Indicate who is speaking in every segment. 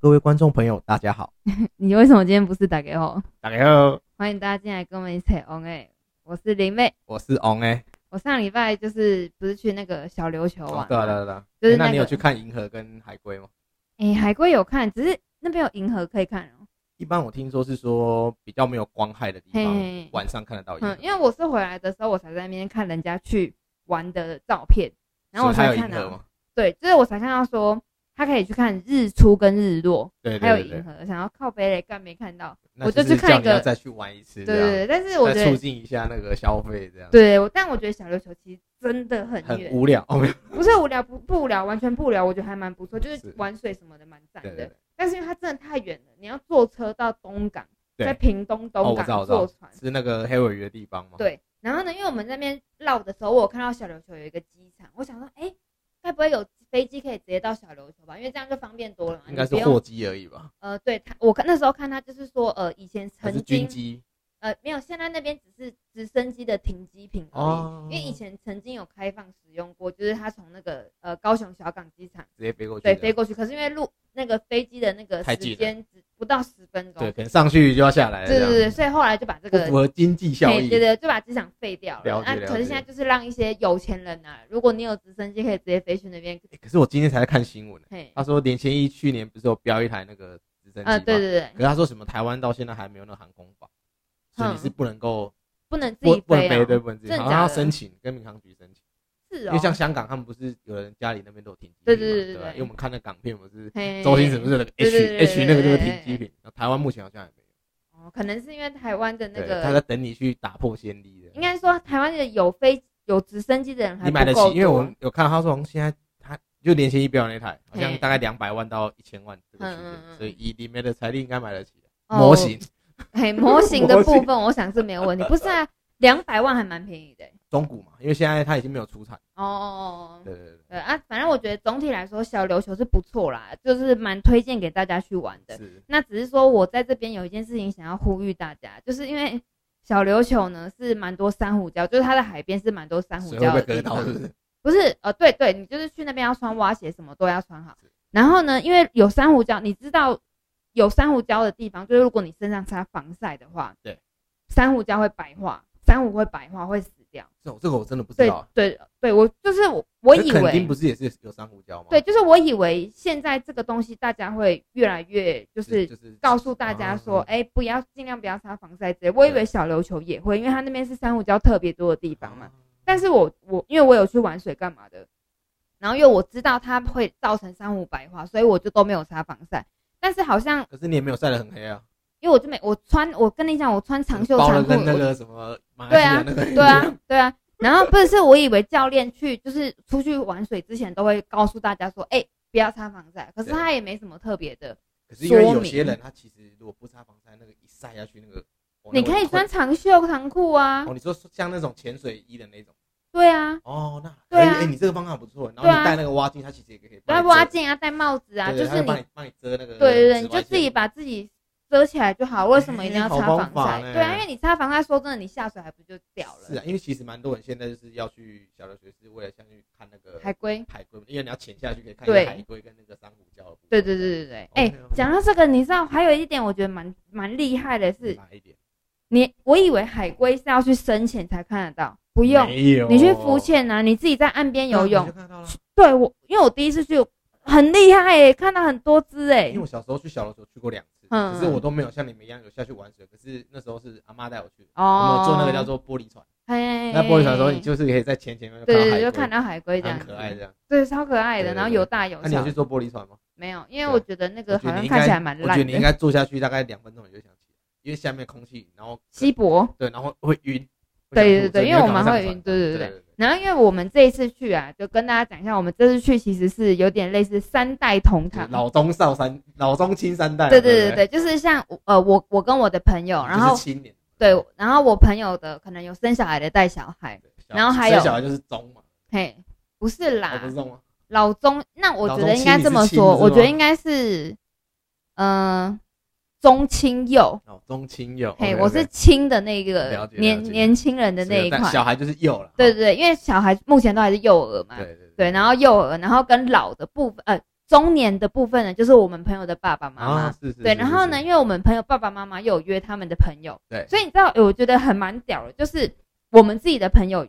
Speaker 1: 各位观众朋友，大家好，
Speaker 2: 你为什么今天不是打给我？
Speaker 1: 大家好，
Speaker 2: 欢迎大家进来跟我们一起 on 哎、我是林妹。
Speaker 1: 我是 On 哎、
Speaker 2: 我上礼拜就是不是去那个小琉球玩、
Speaker 1: 哦对啊对啊对啊，
Speaker 2: 就是
Speaker 1: 诶那
Speaker 2: 那
Speaker 1: 你
Speaker 2: 个
Speaker 1: 有去看银河跟海龟吗？
Speaker 2: 哎、海龟有看，只是那边有银河可以看哦、
Speaker 1: 一般我听说是说比较没有光害的地
Speaker 2: 嘿
Speaker 1: 方，
Speaker 2: 嘿嘿
Speaker 1: 晚上看得到银河，
Speaker 2: 嗯，因为我是回来的时候，我才在那边看人家去玩的照片，然后我
Speaker 1: 所以它
Speaker 2: 才
Speaker 1: 有
Speaker 2: 看
Speaker 1: 银
Speaker 2: 啊
Speaker 1: 河
Speaker 2: 到，
Speaker 1: 吗？
Speaker 2: 对，就是我才看到说他可以去看日出跟日落，
Speaker 1: 对
Speaker 2: 还有
Speaker 1: 对对对，
Speaker 2: 银河，想要靠北嘞，干没看到，
Speaker 1: 那
Speaker 2: 我就
Speaker 1: 就是
Speaker 2: 去看
Speaker 1: 叫
Speaker 2: 一
Speaker 1: 你要
Speaker 2: 个
Speaker 1: 再去玩一次，这
Speaker 2: 对
Speaker 1: 样
Speaker 2: 对对，但是我觉
Speaker 1: 再促
Speaker 2: 得，
Speaker 1: 进一下那个消费，这样
Speaker 2: 对，我但我觉得小琉球其实真的很
Speaker 1: 很
Speaker 2: 远，
Speaker 1: 无聊哦，没有，
Speaker 2: 不是无聊不不无聊，完全不无聊，我觉得还蛮不错，就是是玩水什么的蛮赞
Speaker 1: 对对
Speaker 2: 的
Speaker 1: 对。，
Speaker 2: 但是因为它真的太远了，你要坐车到东港，
Speaker 1: 对
Speaker 2: 在屏东
Speaker 1: 哦
Speaker 2: 东
Speaker 1: 我知道我
Speaker 2: 港
Speaker 1: 知道哦
Speaker 2: 坐船，
Speaker 1: 是那个黑尾鱼的地方吗？，
Speaker 2: 对。然后呢，因为我们那边绕的时候，我有看到小琉球有一个机场，我想说，哎，该不会有飞机可以直接到小琉球吧？因为这样就方便多了嘛。
Speaker 1: 应该是
Speaker 2: 你不用
Speaker 1: 货机而已吧，
Speaker 2: 呃，对他，我看那时候看他就是说，呃，以前
Speaker 1: 还
Speaker 2: 曾
Speaker 1: 是军
Speaker 2: 经
Speaker 1: 机
Speaker 2: 呃没有，现在那边只是直升机的停机坪而已。
Speaker 1: 哦
Speaker 2: 因为以前曾经有开放使用过，就是他从那个呃高雄小港机场。
Speaker 1: 直接飞过去，
Speaker 2: 对，飞，过去。可是因为路那个飞机的那个
Speaker 1: 太
Speaker 2: 时
Speaker 1: 近了
Speaker 2: 间只不到十分钟，
Speaker 1: 对，可能上去就要下来了，
Speaker 2: 对对
Speaker 1: 这样
Speaker 2: 对，所以后来就把这
Speaker 1: 不
Speaker 2: 个
Speaker 1: 符。合经济效
Speaker 2: 对
Speaker 1: 益，
Speaker 2: 对对，就把机场废掉
Speaker 1: 了
Speaker 2: 了。
Speaker 1: 解
Speaker 2: 那
Speaker 1: 了
Speaker 2: 可是
Speaker 1: 解
Speaker 2: 现在就是让一些有钱人啊，如果你有直升机，可以直接飞去那边。
Speaker 1: 欸可是我今天才在看新闻、欸，
Speaker 2: 嘿，
Speaker 1: 他说连千一去年不是有标一台那个直升机吗？
Speaker 2: 啊，对对对
Speaker 1: 可，是他说什么台湾到现在还没有那个航空法，所以你是不能够
Speaker 2: 不能自
Speaker 1: 不
Speaker 2: 己
Speaker 1: 不能
Speaker 2: 啊
Speaker 1: 飞，对，，不能自己，
Speaker 2: 真
Speaker 1: 然
Speaker 2: 的
Speaker 1: 后要
Speaker 2: 假的
Speaker 1: 申请跟民航局申请，
Speaker 2: 是
Speaker 1: 因
Speaker 2: 哦。
Speaker 1: 为像香港他们不是有人家里那边都有停机坪嘛，
Speaker 2: 对对对对
Speaker 1: 吧
Speaker 2: 对
Speaker 1: 因为我们看那港片不是
Speaker 2: 嘿
Speaker 1: 周星驰不是那个
Speaker 2: 对
Speaker 1: H
Speaker 2: 对对对
Speaker 1: H 那个就是停机
Speaker 2: 对对
Speaker 1: 坪，那台湾目前好像还没有，
Speaker 2: 哦，可能是因为台湾的那
Speaker 1: 对，他在
Speaker 2: 个，
Speaker 1: 等你去打破先例的，
Speaker 2: 应该说台湾的有飞有直升机的人还
Speaker 1: 你买得
Speaker 2: 不
Speaker 1: 起
Speaker 2: 够，
Speaker 1: 因为我
Speaker 2: 多
Speaker 1: 有看他说从现在他就连千一标那台好像
Speaker 2: 嘿
Speaker 1: 大概两百万到一千万这个区
Speaker 2: 嗯嗯
Speaker 1: 间，
Speaker 2: 嗯
Speaker 1: 所以以里面的财力应该买得起的。
Speaker 2: 哦
Speaker 1: 模型，
Speaker 2: 嘿模型的
Speaker 1: 模型
Speaker 2: 部分，我想是没有问题。不是啊，两百万还蛮便宜的欸。
Speaker 1: 中古嘛，因为现在它已经没有出产。
Speaker 2: 哦哦哦哦，
Speaker 1: 对对
Speaker 2: 对啊，反正我觉得总体来说，小琉球是不错啦，就是蛮推荐给大家去玩
Speaker 1: 对，
Speaker 2: 的。
Speaker 1: 是
Speaker 2: 那只是说我在这边有一件事情想要呼吁大家，就是因为小琉球呢是蛮多珊瑚礁，就是它的海边是蛮多珊瑚
Speaker 1: 水
Speaker 2: 礁
Speaker 1: 会
Speaker 2: 的
Speaker 1: 被割
Speaker 2: 地
Speaker 1: 到，
Speaker 2: 方
Speaker 1: 是。不是？
Speaker 2: 不是，呃，对对，你就是去那边要穿蛙鞋，什么都要穿好
Speaker 1: 是。
Speaker 2: 然后呢，因为有珊瑚礁，你知道有珊瑚礁的地方，就是如果你身上擦防晒的话，
Speaker 1: 对，
Speaker 2: 珊瑚礁会白化，珊瑚会白化会死掉。
Speaker 1: 这种这个我真的不知
Speaker 2: 对
Speaker 1: 道。
Speaker 2: 对对，我就是我，我以
Speaker 1: 肯
Speaker 2: 为
Speaker 1: 定不哦是也是有珊瑚礁吗？
Speaker 2: 对，，就是我以为现在这个东西大家会越来越就是
Speaker 1: 就是
Speaker 2: 告诉大家说，
Speaker 1: 啊
Speaker 2: 哎、不要尽量不要擦防晒之类。我以为小琉球也会，因为它那边是珊瑚礁特别多的地方
Speaker 1: 嗯
Speaker 2: 嘛。但是我我因为我有去玩水干嘛的，然后因为我知道它会造成珊瑚白化，所以我就都没有擦防晒。但是好像
Speaker 1: 可是你也没有晒得很黑啊，
Speaker 2: 因为我就没我穿，我跟你讲，我穿长袖
Speaker 1: 包
Speaker 2: 长
Speaker 1: 了
Speaker 2: 裤，
Speaker 1: 跟那
Speaker 2: 我
Speaker 1: 个什么马来西亚那个
Speaker 2: 对啊，对啊。然后不是，我以为教练去就是出去玩水之前都会告诉大家说，哎、不要擦防晒。可是
Speaker 1: 对
Speaker 2: 他也没什么特别的，
Speaker 1: 可是因为
Speaker 2: 说
Speaker 1: 有
Speaker 2: 明
Speaker 1: 些人他其实如果不擦防晒，那个一晒下去那个，哦
Speaker 2: 你可以穿。长袖长裤
Speaker 1: 那
Speaker 2: 啊
Speaker 1: 个会哦，，你说像那种潜水衣的那种，
Speaker 2: 对啊，
Speaker 1: 哦，那
Speaker 2: 对啊
Speaker 1: 可以哎，你这个方法不错。然后
Speaker 2: 对啊
Speaker 1: 你戴那个蛙镜，它其实也可以帮你
Speaker 2: 戴
Speaker 1: 遮。
Speaker 2: 蛙镜啊，戴帽子啊，
Speaker 1: 对，
Speaker 2: 就
Speaker 1: 对它
Speaker 2: 是你
Speaker 1: 帮你帮你遮那个。
Speaker 2: 对对对，你就自己。把自己遮起来就好。为什么一定要擦
Speaker 1: 哎好方
Speaker 2: 防
Speaker 1: 法
Speaker 2: 晒？
Speaker 1: 呢
Speaker 2: 对啊，因为你擦防晒，说真的，你下水还不就掉了？
Speaker 1: 是啊，因为其实蛮多人现在就是要去小琉球，是为了想去看那个
Speaker 2: 海龟。
Speaker 1: 海龟，因为你要潜下去可以看一
Speaker 2: 对
Speaker 1: 下海龟跟那个珊瑚礁的部分。
Speaker 2: 对对对对对，哎、
Speaker 1: OK，OK
Speaker 2: 讲到这个，你知道还有一点，我觉得蛮蛮厉害的是，
Speaker 1: 哪一点？
Speaker 2: 你我以为海龟是要去深潜才看得到，不
Speaker 1: 不
Speaker 2: 用，
Speaker 1: 没有，
Speaker 2: 你去浮潜啊，你自己在岸边游
Speaker 1: 哦那你就
Speaker 2: 泳。
Speaker 1: 看到了。
Speaker 2: 对我，因为我第一次去，很厉害耶，看到很多只哎
Speaker 1: 因为。我小时候去小琉球去过两次，
Speaker 2: 嗯
Speaker 1: 可是我都没有像你们一样有下去玩水。可是那时候是阿妈带我去，
Speaker 2: 哦，
Speaker 1: 我们有坐那个叫做玻璃船。
Speaker 2: 嘿，
Speaker 1: 那玻璃船的时候，你就是可以在前前面看
Speaker 2: 对
Speaker 1: 到
Speaker 2: 对
Speaker 1: 海
Speaker 2: 对，
Speaker 1: 龟，
Speaker 2: 就看到海龟这样
Speaker 1: 很
Speaker 2: 子，
Speaker 1: 可爱这样。
Speaker 2: 对，超可爱
Speaker 1: 对对
Speaker 2: 的，
Speaker 1: 对
Speaker 2: 然后有大有
Speaker 1: 那你有
Speaker 2: 小
Speaker 1: 去，坐玻璃船吗？
Speaker 2: 没有，因为
Speaker 1: 对
Speaker 2: 我觉得那
Speaker 1: 我
Speaker 2: 个
Speaker 1: 觉
Speaker 2: 好
Speaker 1: 得你
Speaker 2: 像
Speaker 1: 应该
Speaker 2: 看起来蛮
Speaker 1: 我觉得
Speaker 2: 烂
Speaker 1: 你应
Speaker 2: 的，
Speaker 1: 该坐下去大概两分钟你就想起来，因为下面空气，然后
Speaker 2: 稀薄。
Speaker 1: 对，然后会晕。会想
Speaker 2: 对
Speaker 1: 吐所
Speaker 2: 对对
Speaker 1: 以
Speaker 2: 因为
Speaker 1: 你
Speaker 2: 我
Speaker 1: 赶
Speaker 2: 们
Speaker 1: 快
Speaker 2: 会
Speaker 1: 上
Speaker 2: 晕
Speaker 1: 船
Speaker 2: 对对
Speaker 1: 对
Speaker 2: 对然后，因为我们这一次去啊，就跟大家讲一下，我们这次去其实是有点类似三代同
Speaker 1: 就是
Speaker 2: 堂，
Speaker 1: 老中少三，老中青三代啊。
Speaker 2: 对
Speaker 1: 对
Speaker 2: 对对对，就是像我呃，我我跟我的朋友，然后
Speaker 1: 就是青年，
Speaker 2: 对，然后我朋友的可能有生小孩的带小孩，
Speaker 1: 对小
Speaker 2: 然后还有
Speaker 1: 生小孩就是中嘛，
Speaker 2: 嘿，不是
Speaker 1: 我
Speaker 2: 啦
Speaker 1: 不，是中吗？啊
Speaker 2: 老中，那我觉
Speaker 1: 老中
Speaker 2: 得应该这么
Speaker 1: 青你是
Speaker 2: 说，
Speaker 1: 亲
Speaker 2: 我觉得应该是，嗯，中青幼，
Speaker 1: 哦，中青幼。
Speaker 2: 嘿，
Speaker 1: OK，OK
Speaker 2: 我是青的那
Speaker 1: 了
Speaker 2: 个
Speaker 1: 解
Speaker 2: 年
Speaker 1: 了解
Speaker 2: 年轻人的那一
Speaker 1: 但
Speaker 2: 块，
Speaker 1: 小孩就是幼了。哦
Speaker 2: 对对对，因为小孩目前都还是幼儿嘛，
Speaker 1: 对对
Speaker 2: 对，然后幼儿，然后跟老的部分，呃，中年的部分呢，就是我们朋友的爸爸妈妈。
Speaker 1: 啊，是是。
Speaker 2: 对，
Speaker 1: 是
Speaker 2: 然后呢，？
Speaker 1: 是
Speaker 2: 因为我们朋友爸爸妈妈又有约他们的朋友，
Speaker 1: 对
Speaker 2: 所以你知道，欸我觉得很蛮屌的，就是我们自己的朋友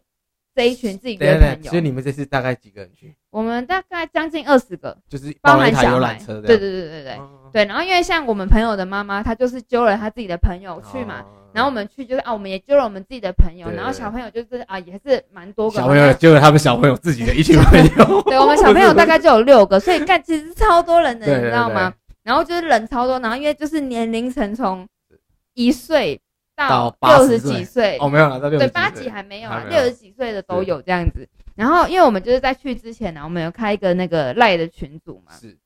Speaker 2: 这一群自己
Speaker 1: 是
Speaker 2: 约
Speaker 1: 等一下等
Speaker 2: 朋
Speaker 1: 一下所以
Speaker 2: 友，
Speaker 1: 你们这次大概几个人去？
Speaker 2: 我们大概将近二十个，
Speaker 1: 就是包
Speaker 2: 包
Speaker 1: 了
Speaker 2: 含
Speaker 1: 一台
Speaker 2: 小
Speaker 1: 游
Speaker 2: 孩
Speaker 1: 览车，哦
Speaker 2: 对对对对对对。然后因为像我们朋友的妈妈，她就是揪了她自己的朋友去嘛，
Speaker 1: 哦
Speaker 2: 然后我们去就是啊，我们也揪了我们自己的朋友，
Speaker 1: 对
Speaker 2: 然后小朋友就是啊，也是蛮多个嘛，，
Speaker 1: 小朋友就是他们小朋友自己的一群朋友
Speaker 2: 对我们小朋友大概就有六个， 所以干其实超多人的，
Speaker 1: 对
Speaker 2: 你
Speaker 1: 对
Speaker 2: 知道吗？然后就是人超多，然后因为就是年龄层从一岁到
Speaker 1: 到
Speaker 2: 六十
Speaker 1: 80
Speaker 2: 几岁，
Speaker 1: 哦没有拿到六
Speaker 2: 对
Speaker 1: 十
Speaker 2: 八几
Speaker 1: 岁
Speaker 2: 还没有
Speaker 1: 还
Speaker 2: 啊，
Speaker 1: 没有
Speaker 2: 六十几岁的都有这样子。然后因为我们就是在去之前啊呢，我们有开一个那个赖的群组嘛，
Speaker 1: 是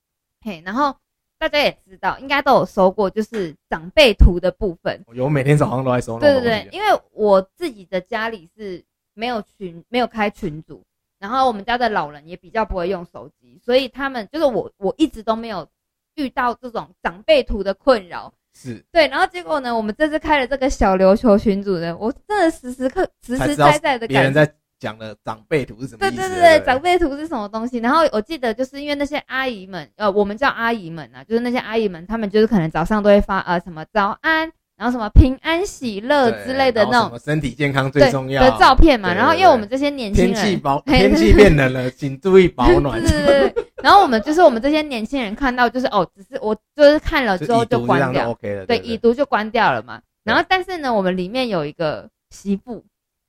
Speaker 2: 嘿，然后大家也知道，应该都有收过，就是长辈图的部分。
Speaker 1: 有每天早上都在收那
Speaker 2: 对
Speaker 1: 种
Speaker 2: 对
Speaker 1: 东西，啊
Speaker 2: 对，因为我自己的家里是没有群，没有开群组，然后我们家的老人也比较不会用手机，所以他们就是我，我一直都没有遇到这种长辈图的困扰。
Speaker 1: 是
Speaker 2: 对，然后结果呢，我们这次开了这个小琉球群组呢，我真的时时刻实
Speaker 1: 才
Speaker 2: 实
Speaker 1: 知道
Speaker 2: 在在的
Speaker 1: 别
Speaker 2: 感
Speaker 1: 人
Speaker 2: 觉。
Speaker 1: 在讲的长辈图是什么
Speaker 2: 对
Speaker 1: 意思？
Speaker 2: 啊
Speaker 1: 啊
Speaker 2: 对对
Speaker 1: 对
Speaker 2: 对，长辈图是什么东西？然后我记得就是因为那些阿姨们，呃，我们叫阿姨们啊，就是那些阿姨们，她们就是可能早上都会发呃什么早安，然后什么平安喜乐
Speaker 1: 对
Speaker 2: 之类的
Speaker 1: 然后
Speaker 2: 那
Speaker 1: 什
Speaker 2: 种
Speaker 1: 么身体健康
Speaker 2: 对
Speaker 1: 最重要
Speaker 2: 的照片嘛。
Speaker 1: 对对
Speaker 2: 然后因为我们这些年轻
Speaker 1: 天气
Speaker 2: 人，
Speaker 1: 保
Speaker 2: 嘿
Speaker 1: 天气变冷了，请注意 保暖
Speaker 2: 对。对对对，然后我们就是我们这些年轻人看到就是哦，只是我就是看了之后
Speaker 1: 已读
Speaker 2: 就
Speaker 1: 这
Speaker 2: 关
Speaker 1: 样就
Speaker 2: 掉，
Speaker 1: OK 了。
Speaker 2: 对，
Speaker 1: 对，
Speaker 2: 已读就关掉了嘛。然后但是呢，我们里面有一个媳妇，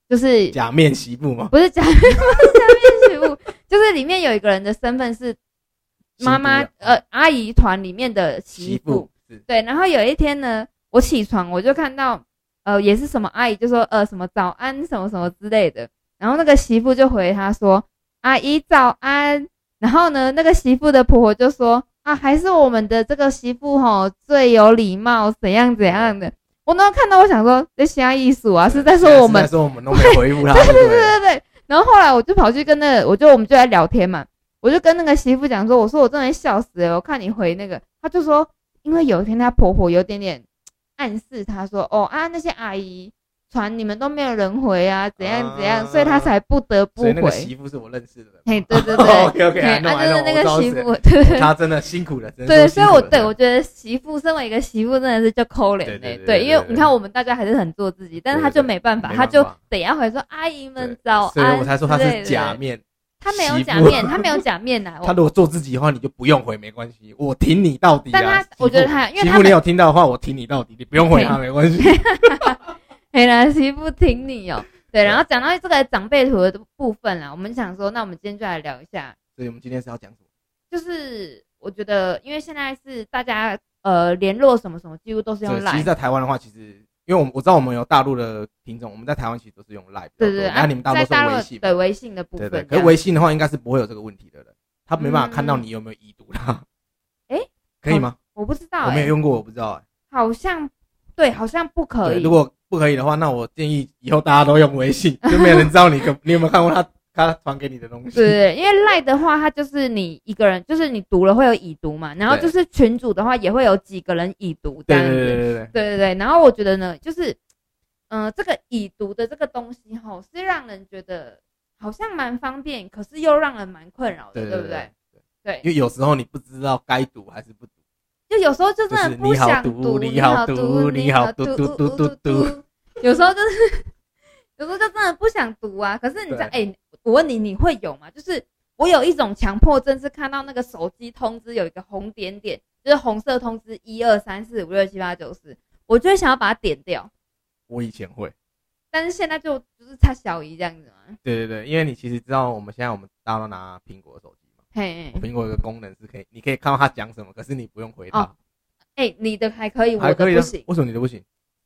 Speaker 2: 就是
Speaker 1: 假面媳妇嘛，
Speaker 2: 不是假面，不是假面媳妇，就是里面有一个人的身份是 妈妈
Speaker 1: 媳妇啊
Speaker 2: 呃阿姨团里面的媳
Speaker 1: 媳
Speaker 2: 妇
Speaker 1: 妇。是
Speaker 2: 对，然后有一天呢，我起床我就看到呃也是什么阿姨就说呃什么早安什么什么之类的，然后那个媳妇就回她说阿姨早安，然后呢那个媳妇的婆婆就说啊还是我们的这个媳妇吼最有礼貌怎样怎样的。我那时候看到，我想说这瞎艺术啊，是在说我们
Speaker 1: 是在说我们都没回 复他，对
Speaker 2: 对对对对。然后后来我就跑去跟那个，我就我们就在聊天嘛，我就跟那个媳妇讲说，我说我真的笑死欸了，我看你回那个，她就说，因为有一天她婆婆有点点暗示她说，哦啊那些阿姨传你们都没有人回啊，怎样怎
Speaker 1: 啊
Speaker 2: 样，所以她才不得不
Speaker 1: 所以那个
Speaker 2: 回。
Speaker 1: 媳妇是我认识的人。
Speaker 2: 嘿， 对对对。
Speaker 1: OK OK，
Speaker 2: 嘿，啊，就是那个媳 妇，对对
Speaker 1: 他真的辛苦了，真的
Speaker 2: 对，
Speaker 1: 辛
Speaker 2: 所以
Speaker 1: 苦
Speaker 2: 我
Speaker 1: 了
Speaker 2: 对我觉得媳妇身为一个媳妇真的是就抠脸
Speaker 1: 对对
Speaker 2: 嘞，
Speaker 1: 对
Speaker 2: 对，
Speaker 1: 对
Speaker 2: 因为
Speaker 1: 对
Speaker 2: 你看我们大家还是很做自己，但是她就没办法，
Speaker 1: 没
Speaker 2: 她
Speaker 1: 办
Speaker 2: 就
Speaker 1: 法
Speaker 2: 得要回说阿姨们
Speaker 1: 对
Speaker 2: 早安之
Speaker 1: 所
Speaker 2: 类的，
Speaker 1: 以我才说他是假面。
Speaker 2: 他没有
Speaker 1: 媳妇
Speaker 2: 假面，他没有假面呐、
Speaker 1: 他
Speaker 2: 我
Speaker 1: 如果做自己的话，你就不用回，没关系，我挺你到底啊。
Speaker 2: 但他
Speaker 1: 媳妇
Speaker 2: 我觉得他因为
Speaker 1: 媳
Speaker 2: 他
Speaker 1: 妇
Speaker 2: 们
Speaker 1: 你有听到的话，我挺你到底，你不用回 他，没关系。
Speaker 2: 黑兰哎媳妇挺你哦、对，然后讲到这个长辈图的部分啦，我们想说，那我们今天就来聊一下，
Speaker 1: 所以我们今天是要讲什么？
Speaker 2: 就是我觉得，因为现在是大家呃联络什么什么，几乎都是用
Speaker 1: 对，其实，
Speaker 2: Line，
Speaker 1: 在台湾的话，其实因为我们我知道我们有大陆的听众，我们在台湾其实都是用 Line，比较多
Speaker 2: 对对对，
Speaker 1: 那
Speaker 2: 啊
Speaker 1: 你们大
Speaker 2: 在
Speaker 1: 多
Speaker 2: 大
Speaker 1: 是微
Speaker 2: 陆
Speaker 1: 信嘛，
Speaker 2: 对微信的部
Speaker 1: 对对。
Speaker 2: 分，
Speaker 1: 可是微信的话，应该是不会有这个问题的人，他没办法看到你有没有已读啦。
Speaker 2: 嗯诶
Speaker 1: 可以吗？
Speaker 2: 我不知道、
Speaker 1: 我没有
Speaker 2: 欸，
Speaker 1: 用过，我不知道。
Speaker 2: 好像对，好像不可
Speaker 1: 对，
Speaker 2: 以。
Speaker 1: 如果不可以的话，那我建议以后大家都用微信，就没有人知道你可 你有没有看过他他传给你的 东西。
Speaker 2: 对对，对因为赖的话，它就是你一个人，就是你读了会有已读嘛，然后
Speaker 1: 对
Speaker 2: 就是群主的话也会有几个人已读这
Speaker 1: 对
Speaker 2: 样
Speaker 1: 对对
Speaker 2: 子。
Speaker 1: 对对对。
Speaker 2: 对对对，然后我觉得呢，就是，嗯、这个已读的这个东西吼，是让人觉得好像蛮方便，可是又让人蛮困扰的，
Speaker 1: 对
Speaker 2: 不
Speaker 1: 对
Speaker 2: 对？？
Speaker 1: 因
Speaker 2: 对，
Speaker 1: 为有时候你不知道该读还是不读，
Speaker 2: 就有时候就真
Speaker 1: 就是
Speaker 2: 的不
Speaker 1: 你好
Speaker 2: 想
Speaker 1: 读你
Speaker 2: 你
Speaker 1: 好
Speaker 2: 好
Speaker 1: 读
Speaker 2: 读，
Speaker 1: 你
Speaker 2: 你
Speaker 1: 好
Speaker 2: 好
Speaker 1: 读
Speaker 2: 读，
Speaker 1: 读
Speaker 2: 嘟
Speaker 1: 读
Speaker 2: 嘟
Speaker 1: 嘟
Speaker 2: 嘟有时候就是， 有时候就真的不想读啊。可是你知道，哎、
Speaker 1: 对
Speaker 2: 我问你，你会有吗？就是我有一种强迫症，是看到那个手机通知有一个红点点，就是红色通知一二三四五六七八九十，我就会想要把它点掉。
Speaker 1: 我以前会，
Speaker 2: 但是现在就就是差小姨这样子嘛。
Speaker 1: 对对对，因为你其实知道我们现在我们大家都拿苹果手机嘛，
Speaker 2: 嘿，
Speaker 1: 苹果有个功能是可以，你可以看到他讲什么，可是你不用回他
Speaker 2: 哦，哎、你的还可以，我
Speaker 1: 还
Speaker 2: 的
Speaker 1: 可以
Speaker 2: 不
Speaker 1: 啊
Speaker 2: 行。
Speaker 1: 为什么你的不行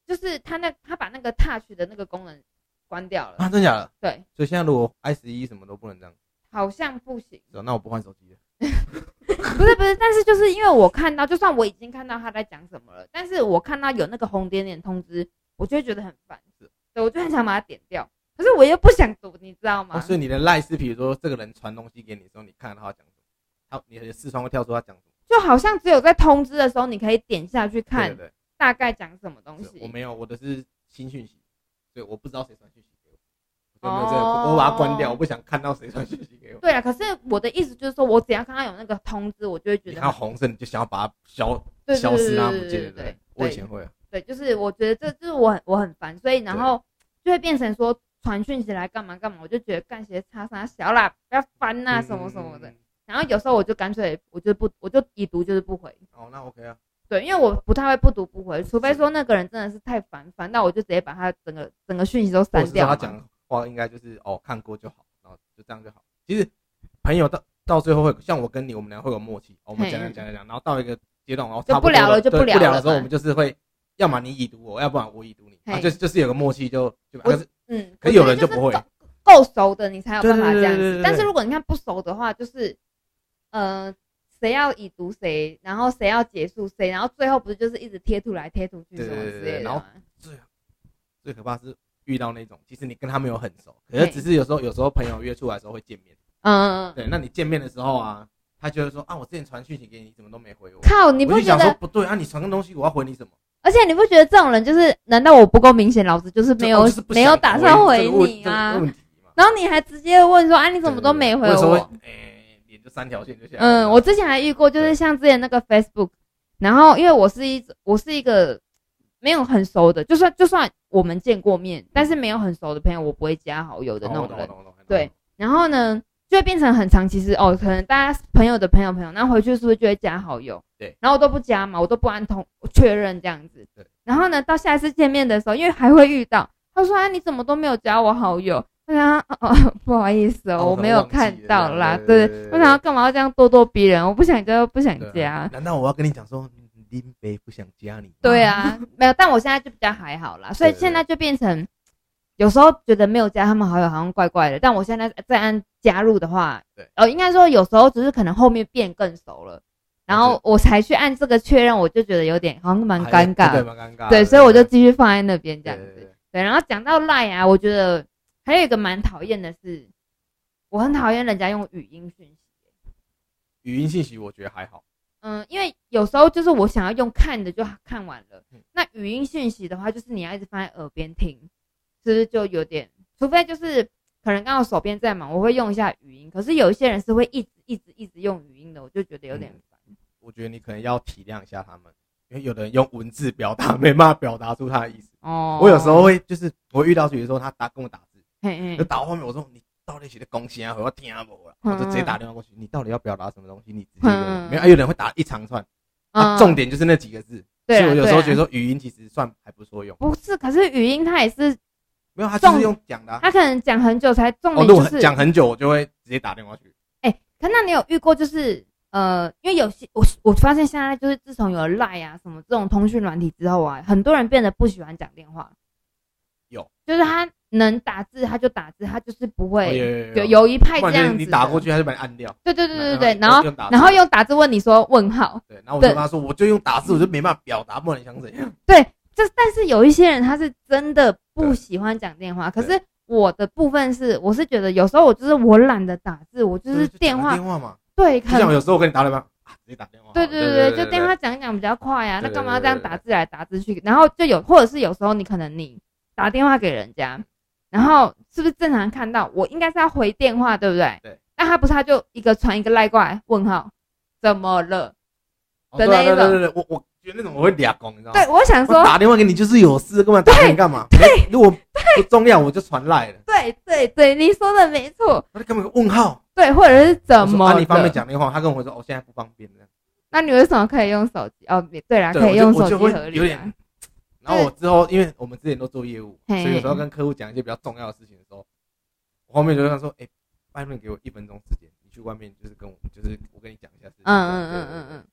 Speaker 2: 就是他那他把那个 touch 的那个功能关掉了，
Speaker 1: 啊？真假的？
Speaker 2: 对，
Speaker 1: 所以现在如果 i 十一什么都不能这样
Speaker 2: 好像不行。
Speaker 1: 子，那我不换手机了。
Speaker 2: 不是不是，但是就是因为我看到，就算我已经看到他在讲什么了，但是我看到有那个红点点通知，我就会觉得很烦，对，我就很想把它点掉，可是我又不想读，你知道吗？
Speaker 1: 哦，所以你的赖是比如说这个人传东西给你的时候，你看到他讲什么，他你的视窗会跳出他讲什么。
Speaker 2: 就好像只有在通知的时候，你可以点下
Speaker 1: 对
Speaker 2: 去看
Speaker 1: 对
Speaker 2: 大概讲什么东
Speaker 1: 对，是我
Speaker 2: 西。
Speaker 1: 没有，我的是新讯息，所以我不知道谁传讯息给我。我就没有这个，
Speaker 2: 哦
Speaker 1: 我把它关掉，我不想看到谁传讯息给我。
Speaker 2: 对啊，可是我的意思就是说，我只要看到有那个通知，我就会觉
Speaker 1: 你
Speaker 2: 得
Speaker 1: 看到红色，你就想要把它消
Speaker 2: 对对
Speaker 1: 消失，
Speaker 2: 对
Speaker 1: 让它
Speaker 2: 对
Speaker 1: 不见，对
Speaker 2: 对
Speaker 1: 不
Speaker 2: 对
Speaker 1: 对
Speaker 2: 对？
Speaker 1: 我以前会啊，
Speaker 2: 对，就是我觉得这就是我很我很烦，所以然后就会变成说传讯息来干嘛干嘛，我就觉得干些叉叉小啦，不要烦呐、什么什么的
Speaker 1: 嗯。。
Speaker 2: 然后有时候我就干脆我就不我就已读就是不回，
Speaker 1: 哦，那 OK 啊，
Speaker 2: 对，因为我不太会不读不回，除非说那个人真的是太烦，烦到我就直接把他整个整个讯息都
Speaker 1: 或
Speaker 2: 删
Speaker 1: 者是
Speaker 2: 掉
Speaker 1: 他
Speaker 2: 嘛。
Speaker 1: 讲话应该就是哦，看过就好，然后就这样就好。其实朋友到到最后会像我跟你，我们俩会有默契，哦我们
Speaker 2: 嘿
Speaker 1: 讲讲讲讲讲，然后到一个阶段，然后差多
Speaker 2: 就不聊了就
Speaker 1: 对不
Speaker 2: 不聊了
Speaker 1: 的时候，
Speaker 2: 嘛
Speaker 1: 我们就是会，要么你已读我，要不然我已读你，
Speaker 2: 嘿
Speaker 1: 啊，就是就是有个默契就就。啊
Speaker 2: 我
Speaker 1: 可是
Speaker 2: 嗯，
Speaker 1: 可
Speaker 2: 我
Speaker 1: 有
Speaker 2: 觉得
Speaker 1: 人就是不会
Speaker 2: 够够熟的，你才有
Speaker 1: 对
Speaker 2: 办法
Speaker 1: 对对
Speaker 2: 这样
Speaker 1: 对对
Speaker 2: 子
Speaker 1: 对。
Speaker 2: 但是如果你看不熟的话，就是呃，谁要已读谁，然后谁要结束谁，然后最后不是就是一直贴图来贴图去
Speaker 1: 对
Speaker 2: 什么
Speaker 1: 对对
Speaker 2: 之
Speaker 1: 对
Speaker 2: 类的
Speaker 1: 然后
Speaker 2: 吗？
Speaker 1: 最可怕是遇到那种，其实你跟他没有很熟，可是
Speaker 2: 嘿
Speaker 1: 只是有时候有时候朋友约出来的时候会见面。
Speaker 2: 嗯，嗯嗯
Speaker 1: 对，那你见面的时候啊，他就会说啊，我之前传讯息给你，你怎么都没回我？
Speaker 2: 靠，你
Speaker 1: 我
Speaker 2: 不
Speaker 1: 就
Speaker 2: 觉
Speaker 1: 想说
Speaker 2: 得？
Speaker 1: 不对啊，你传个东西，我要回你什么？
Speaker 2: 而且你不觉得这种人就是？难道我不够明显？老子就是没有、
Speaker 1: 就哦就是不想
Speaker 2: 没有打算
Speaker 1: 回这
Speaker 2: 回
Speaker 1: 个问
Speaker 2: 你啊
Speaker 1: 这个！问题嘛，
Speaker 2: 然后你还直接问说：“啊，你怎么都没回
Speaker 1: 对对对我有时
Speaker 2: 我
Speaker 1: 候会？”哎，脸就三条线就下来了。
Speaker 2: 嗯，我之前还遇过，就是像之前那个 Facebook，然后因为我是一我是一个没有很熟的，就算就算我们见过面，但是没有很熟的朋友，我不会加好友的
Speaker 1: 哦
Speaker 2: 那
Speaker 1: 我
Speaker 2: 种
Speaker 1: 懂我。
Speaker 2: 人
Speaker 1: 懂我懂我懂
Speaker 2: 对然后呢，就会变成很长，其实哦，可能大家朋友的朋友朋友，那回去是不是就会加好友？
Speaker 1: 对，
Speaker 2: 然后我都不加嘛，我都不按通确认这样子。
Speaker 1: 对，
Speaker 2: 然后呢，到下一次见面的时候，因为还会遇到，他说啊，你怎么都没有加我好友？我想哦哦， 不好意思哦，
Speaker 1: 哦
Speaker 2: 我没有看到
Speaker 1: 我
Speaker 2: 啦。
Speaker 1: 忘记了对
Speaker 2: 对
Speaker 1: 对对，
Speaker 2: 我想要干嘛要这样咄咄逼人？我不想加，不想
Speaker 1: 对啊
Speaker 2: 加。
Speaker 1: 难道我要跟你讲说林北不想加你？
Speaker 2: 对，啊，没有，但我现在就比较还好啦，所以
Speaker 1: 对对
Speaker 2: 现在就变成有时候觉得没有加他们好友好像怪怪的，但我现在再按加入的话，
Speaker 1: 对，
Speaker 2: 呃，应该说有时候只是可能后面变更熟了，然后我才去按这个确认，我就觉得有点好像蛮尴
Speaker 1: 哎对，
Speaker 2: 尬，
Speaker 1: 蛮尴尬的。
Speaker 2: 对，所以我就继续放在那边这
Speaker 1: 对
Speaker 2: 样
Speaker 1: 对对
Speaker 2: 子。
Speaker 1: 对
Speaker 2: 对，然后讲到赖啊，我觉得还有一个蛮讨厌的是，我很讨厌人家用语音讯息。
Speaker 1: 语音信息我觉得还好，
Speaker 2: 嗯，因为有时候就是我想要用看的就看完了
Speaker 1: 嗯，
Speaker 2: 那语音讯息的话，就是你要一直放在耳边听，是不是就有点？除非就是可能刚好手边在忙，我会用一下语音。可是有一些人是会一直一直一直用语音的，我就觉得有
Speaker 1: 嗯
Speaker 2: 点烦。
Speaker 1: 我觉得你可能要体谅一下他们，因为有的人用文字表达没办法表达出他的意思。
Speaker 2: 哦，
Speaker 1: 我有时候会就是我会遇到，比如说他打跟我打字，
Speaker 2: 嘿
Speaker 1: 就
Speaker 2: 嘿，
Speaker 1: 打到后面我说你到底写的公信啊，我要听我了，我就直接打电话过去，你到底要表达什么东西？你直接
Speaker 2: 嗯
Speaker 1: 没有，啊有人会打一长串，啊，
Speaker 2: 嗯
Speaker 1: 重点就是那几个字。
Speaker 2: 对
Speaker 1: 所以
Speaker 2: 啊
Speaker 1: 我有时候觉
Speaker 2: 对啊
Speaker 1: 得说语音其实算还不错用，
Speaker 2: 不是，可是语音它也是，
Speaker 1: 没有，他就是
Speaker 2: 重
Speaker 1: 用讲的啊。
Speaker 2: 它可能讲很久才重
Speaker 1: 哦，
Speaker 2: 点
Speaker 1: 录
Speaker 2: 就是
Speaker 1: 很讲很久，我就会直接打电话去。
Speaker 2: 哎、可那你有遇过就是呃，因为有些我我发现现在就是自从有了 Line 啊什么这种通讯软体之后啊，很多人变得不喜欢讲电话。
Speaker 1: 有，
Speaker 2: 就是他能打字他就打字，他就是不
Speaker 1: 哦有
Speaker 2: 会
Speaker 1: 有
Speaker 2: 有有一派
Speaker 1: 不
Speaker 2: 这
Speaker 1: 然就
Speaker 2: 样子
Speaker 1: 是
Speaker 2: 的。
Speaker 1: 你打过去，他就把你按掉。
Speaker 2: 对对对对对，
Speaker 1: 用
Speaker 2: 然后
Speaker 1: 用打字
Speaker 2: 然后用打字问你说问号，
Speaker 1: 对，然后我就
Speaker 2: 对
Speaker 1: 跟他说，我就用打字，我就没办法表达，不然你想怎样？
Speaker 2: 这但是有一些人他是真的不喜欢讲电话，可是。我的部分是，我是觉得有时候我就是我懒得打字，我就
Speaker 1: 就是就
Speaker 2: 电
Speaker 1: 打
Speaker 2: 话
Speaker 1: 电话嘛，
Speaker 2: 对，
Speaker 1: 就
Speaker 2: 很
Speaker 1: 像有时候我跟你打了吧，啊直接打电话。
Speaker 2: 对对对对，就电话讲一讲比较快啊，
Speaker 1: 对
Speaker 2: 那
Speaker 1: 对
Speaker 2: 干嘛
Speaker 1: 对
Speaker 2: 要
Speaker 1: 对
Speaker 2: 这样
Speaker 1: 对
Speaker 2: 打字来打字去？然后就有，或者是有时候你可能你打电话给人家，然后是不是正常看到我应该是要回电话，对不对？
Speaker 1: 对。
Speaker 2: 那他不是他就一个传一个赖过来问号，怎么了？
Speaker 1: 哦
Speaker 2: 的
Speaker 1: 对啊
Speaker 2: 那一
Speaker 1: 对对对对，
Speaker 2: 种
Speaker 1: 我我觉得那种我会俩拱，你知道吗？
Speaker 2: 对，我想
Speaker 1: 哦我
Speaker 2: 说，
Speaker 1: 打电话给你就是有事，干嘛打给你干嘛？对，如果不重要我就传赖了。
Speaker 2: 对对对，你说的没错，
Speaker 1: 他就根本有个问号，
Speaker 2: 对，或者是
Speaker 1: 我
Speaker 2: 怎
Speaker 1: 说
Speaker 2: 么
Speaker 1: 啊
Speaker 2: 了？
Speaker 1: 你方便讲电话？他跟我说哦，现在不方便这样。
Speaker 2: 那你为什么可以用手机？哦，对啦，
Speaker 1: 对
Speaker 2: 可以
Speaker 1: 我
Speaker 2: 用
Speaker 1: 就
Speaker 2: 手机
Speaker 1: 我就会
Speaker 2: 合
Speaker 1: 有
Speaker 2: 理、啊
Speaker 1: 点。然后我之后，因为我们之前都做业务，所
Speaker 2: 嘿
Speaker 1: 以有时候跟客户讲一些比较重要的事情的时候，我后面就跟他说：“哎，外面给我一分钟时间，你去外面就是跟我，就是我跟你讲一下事情。”
Speaker 2: 嗯嗯嗯嗯嗯，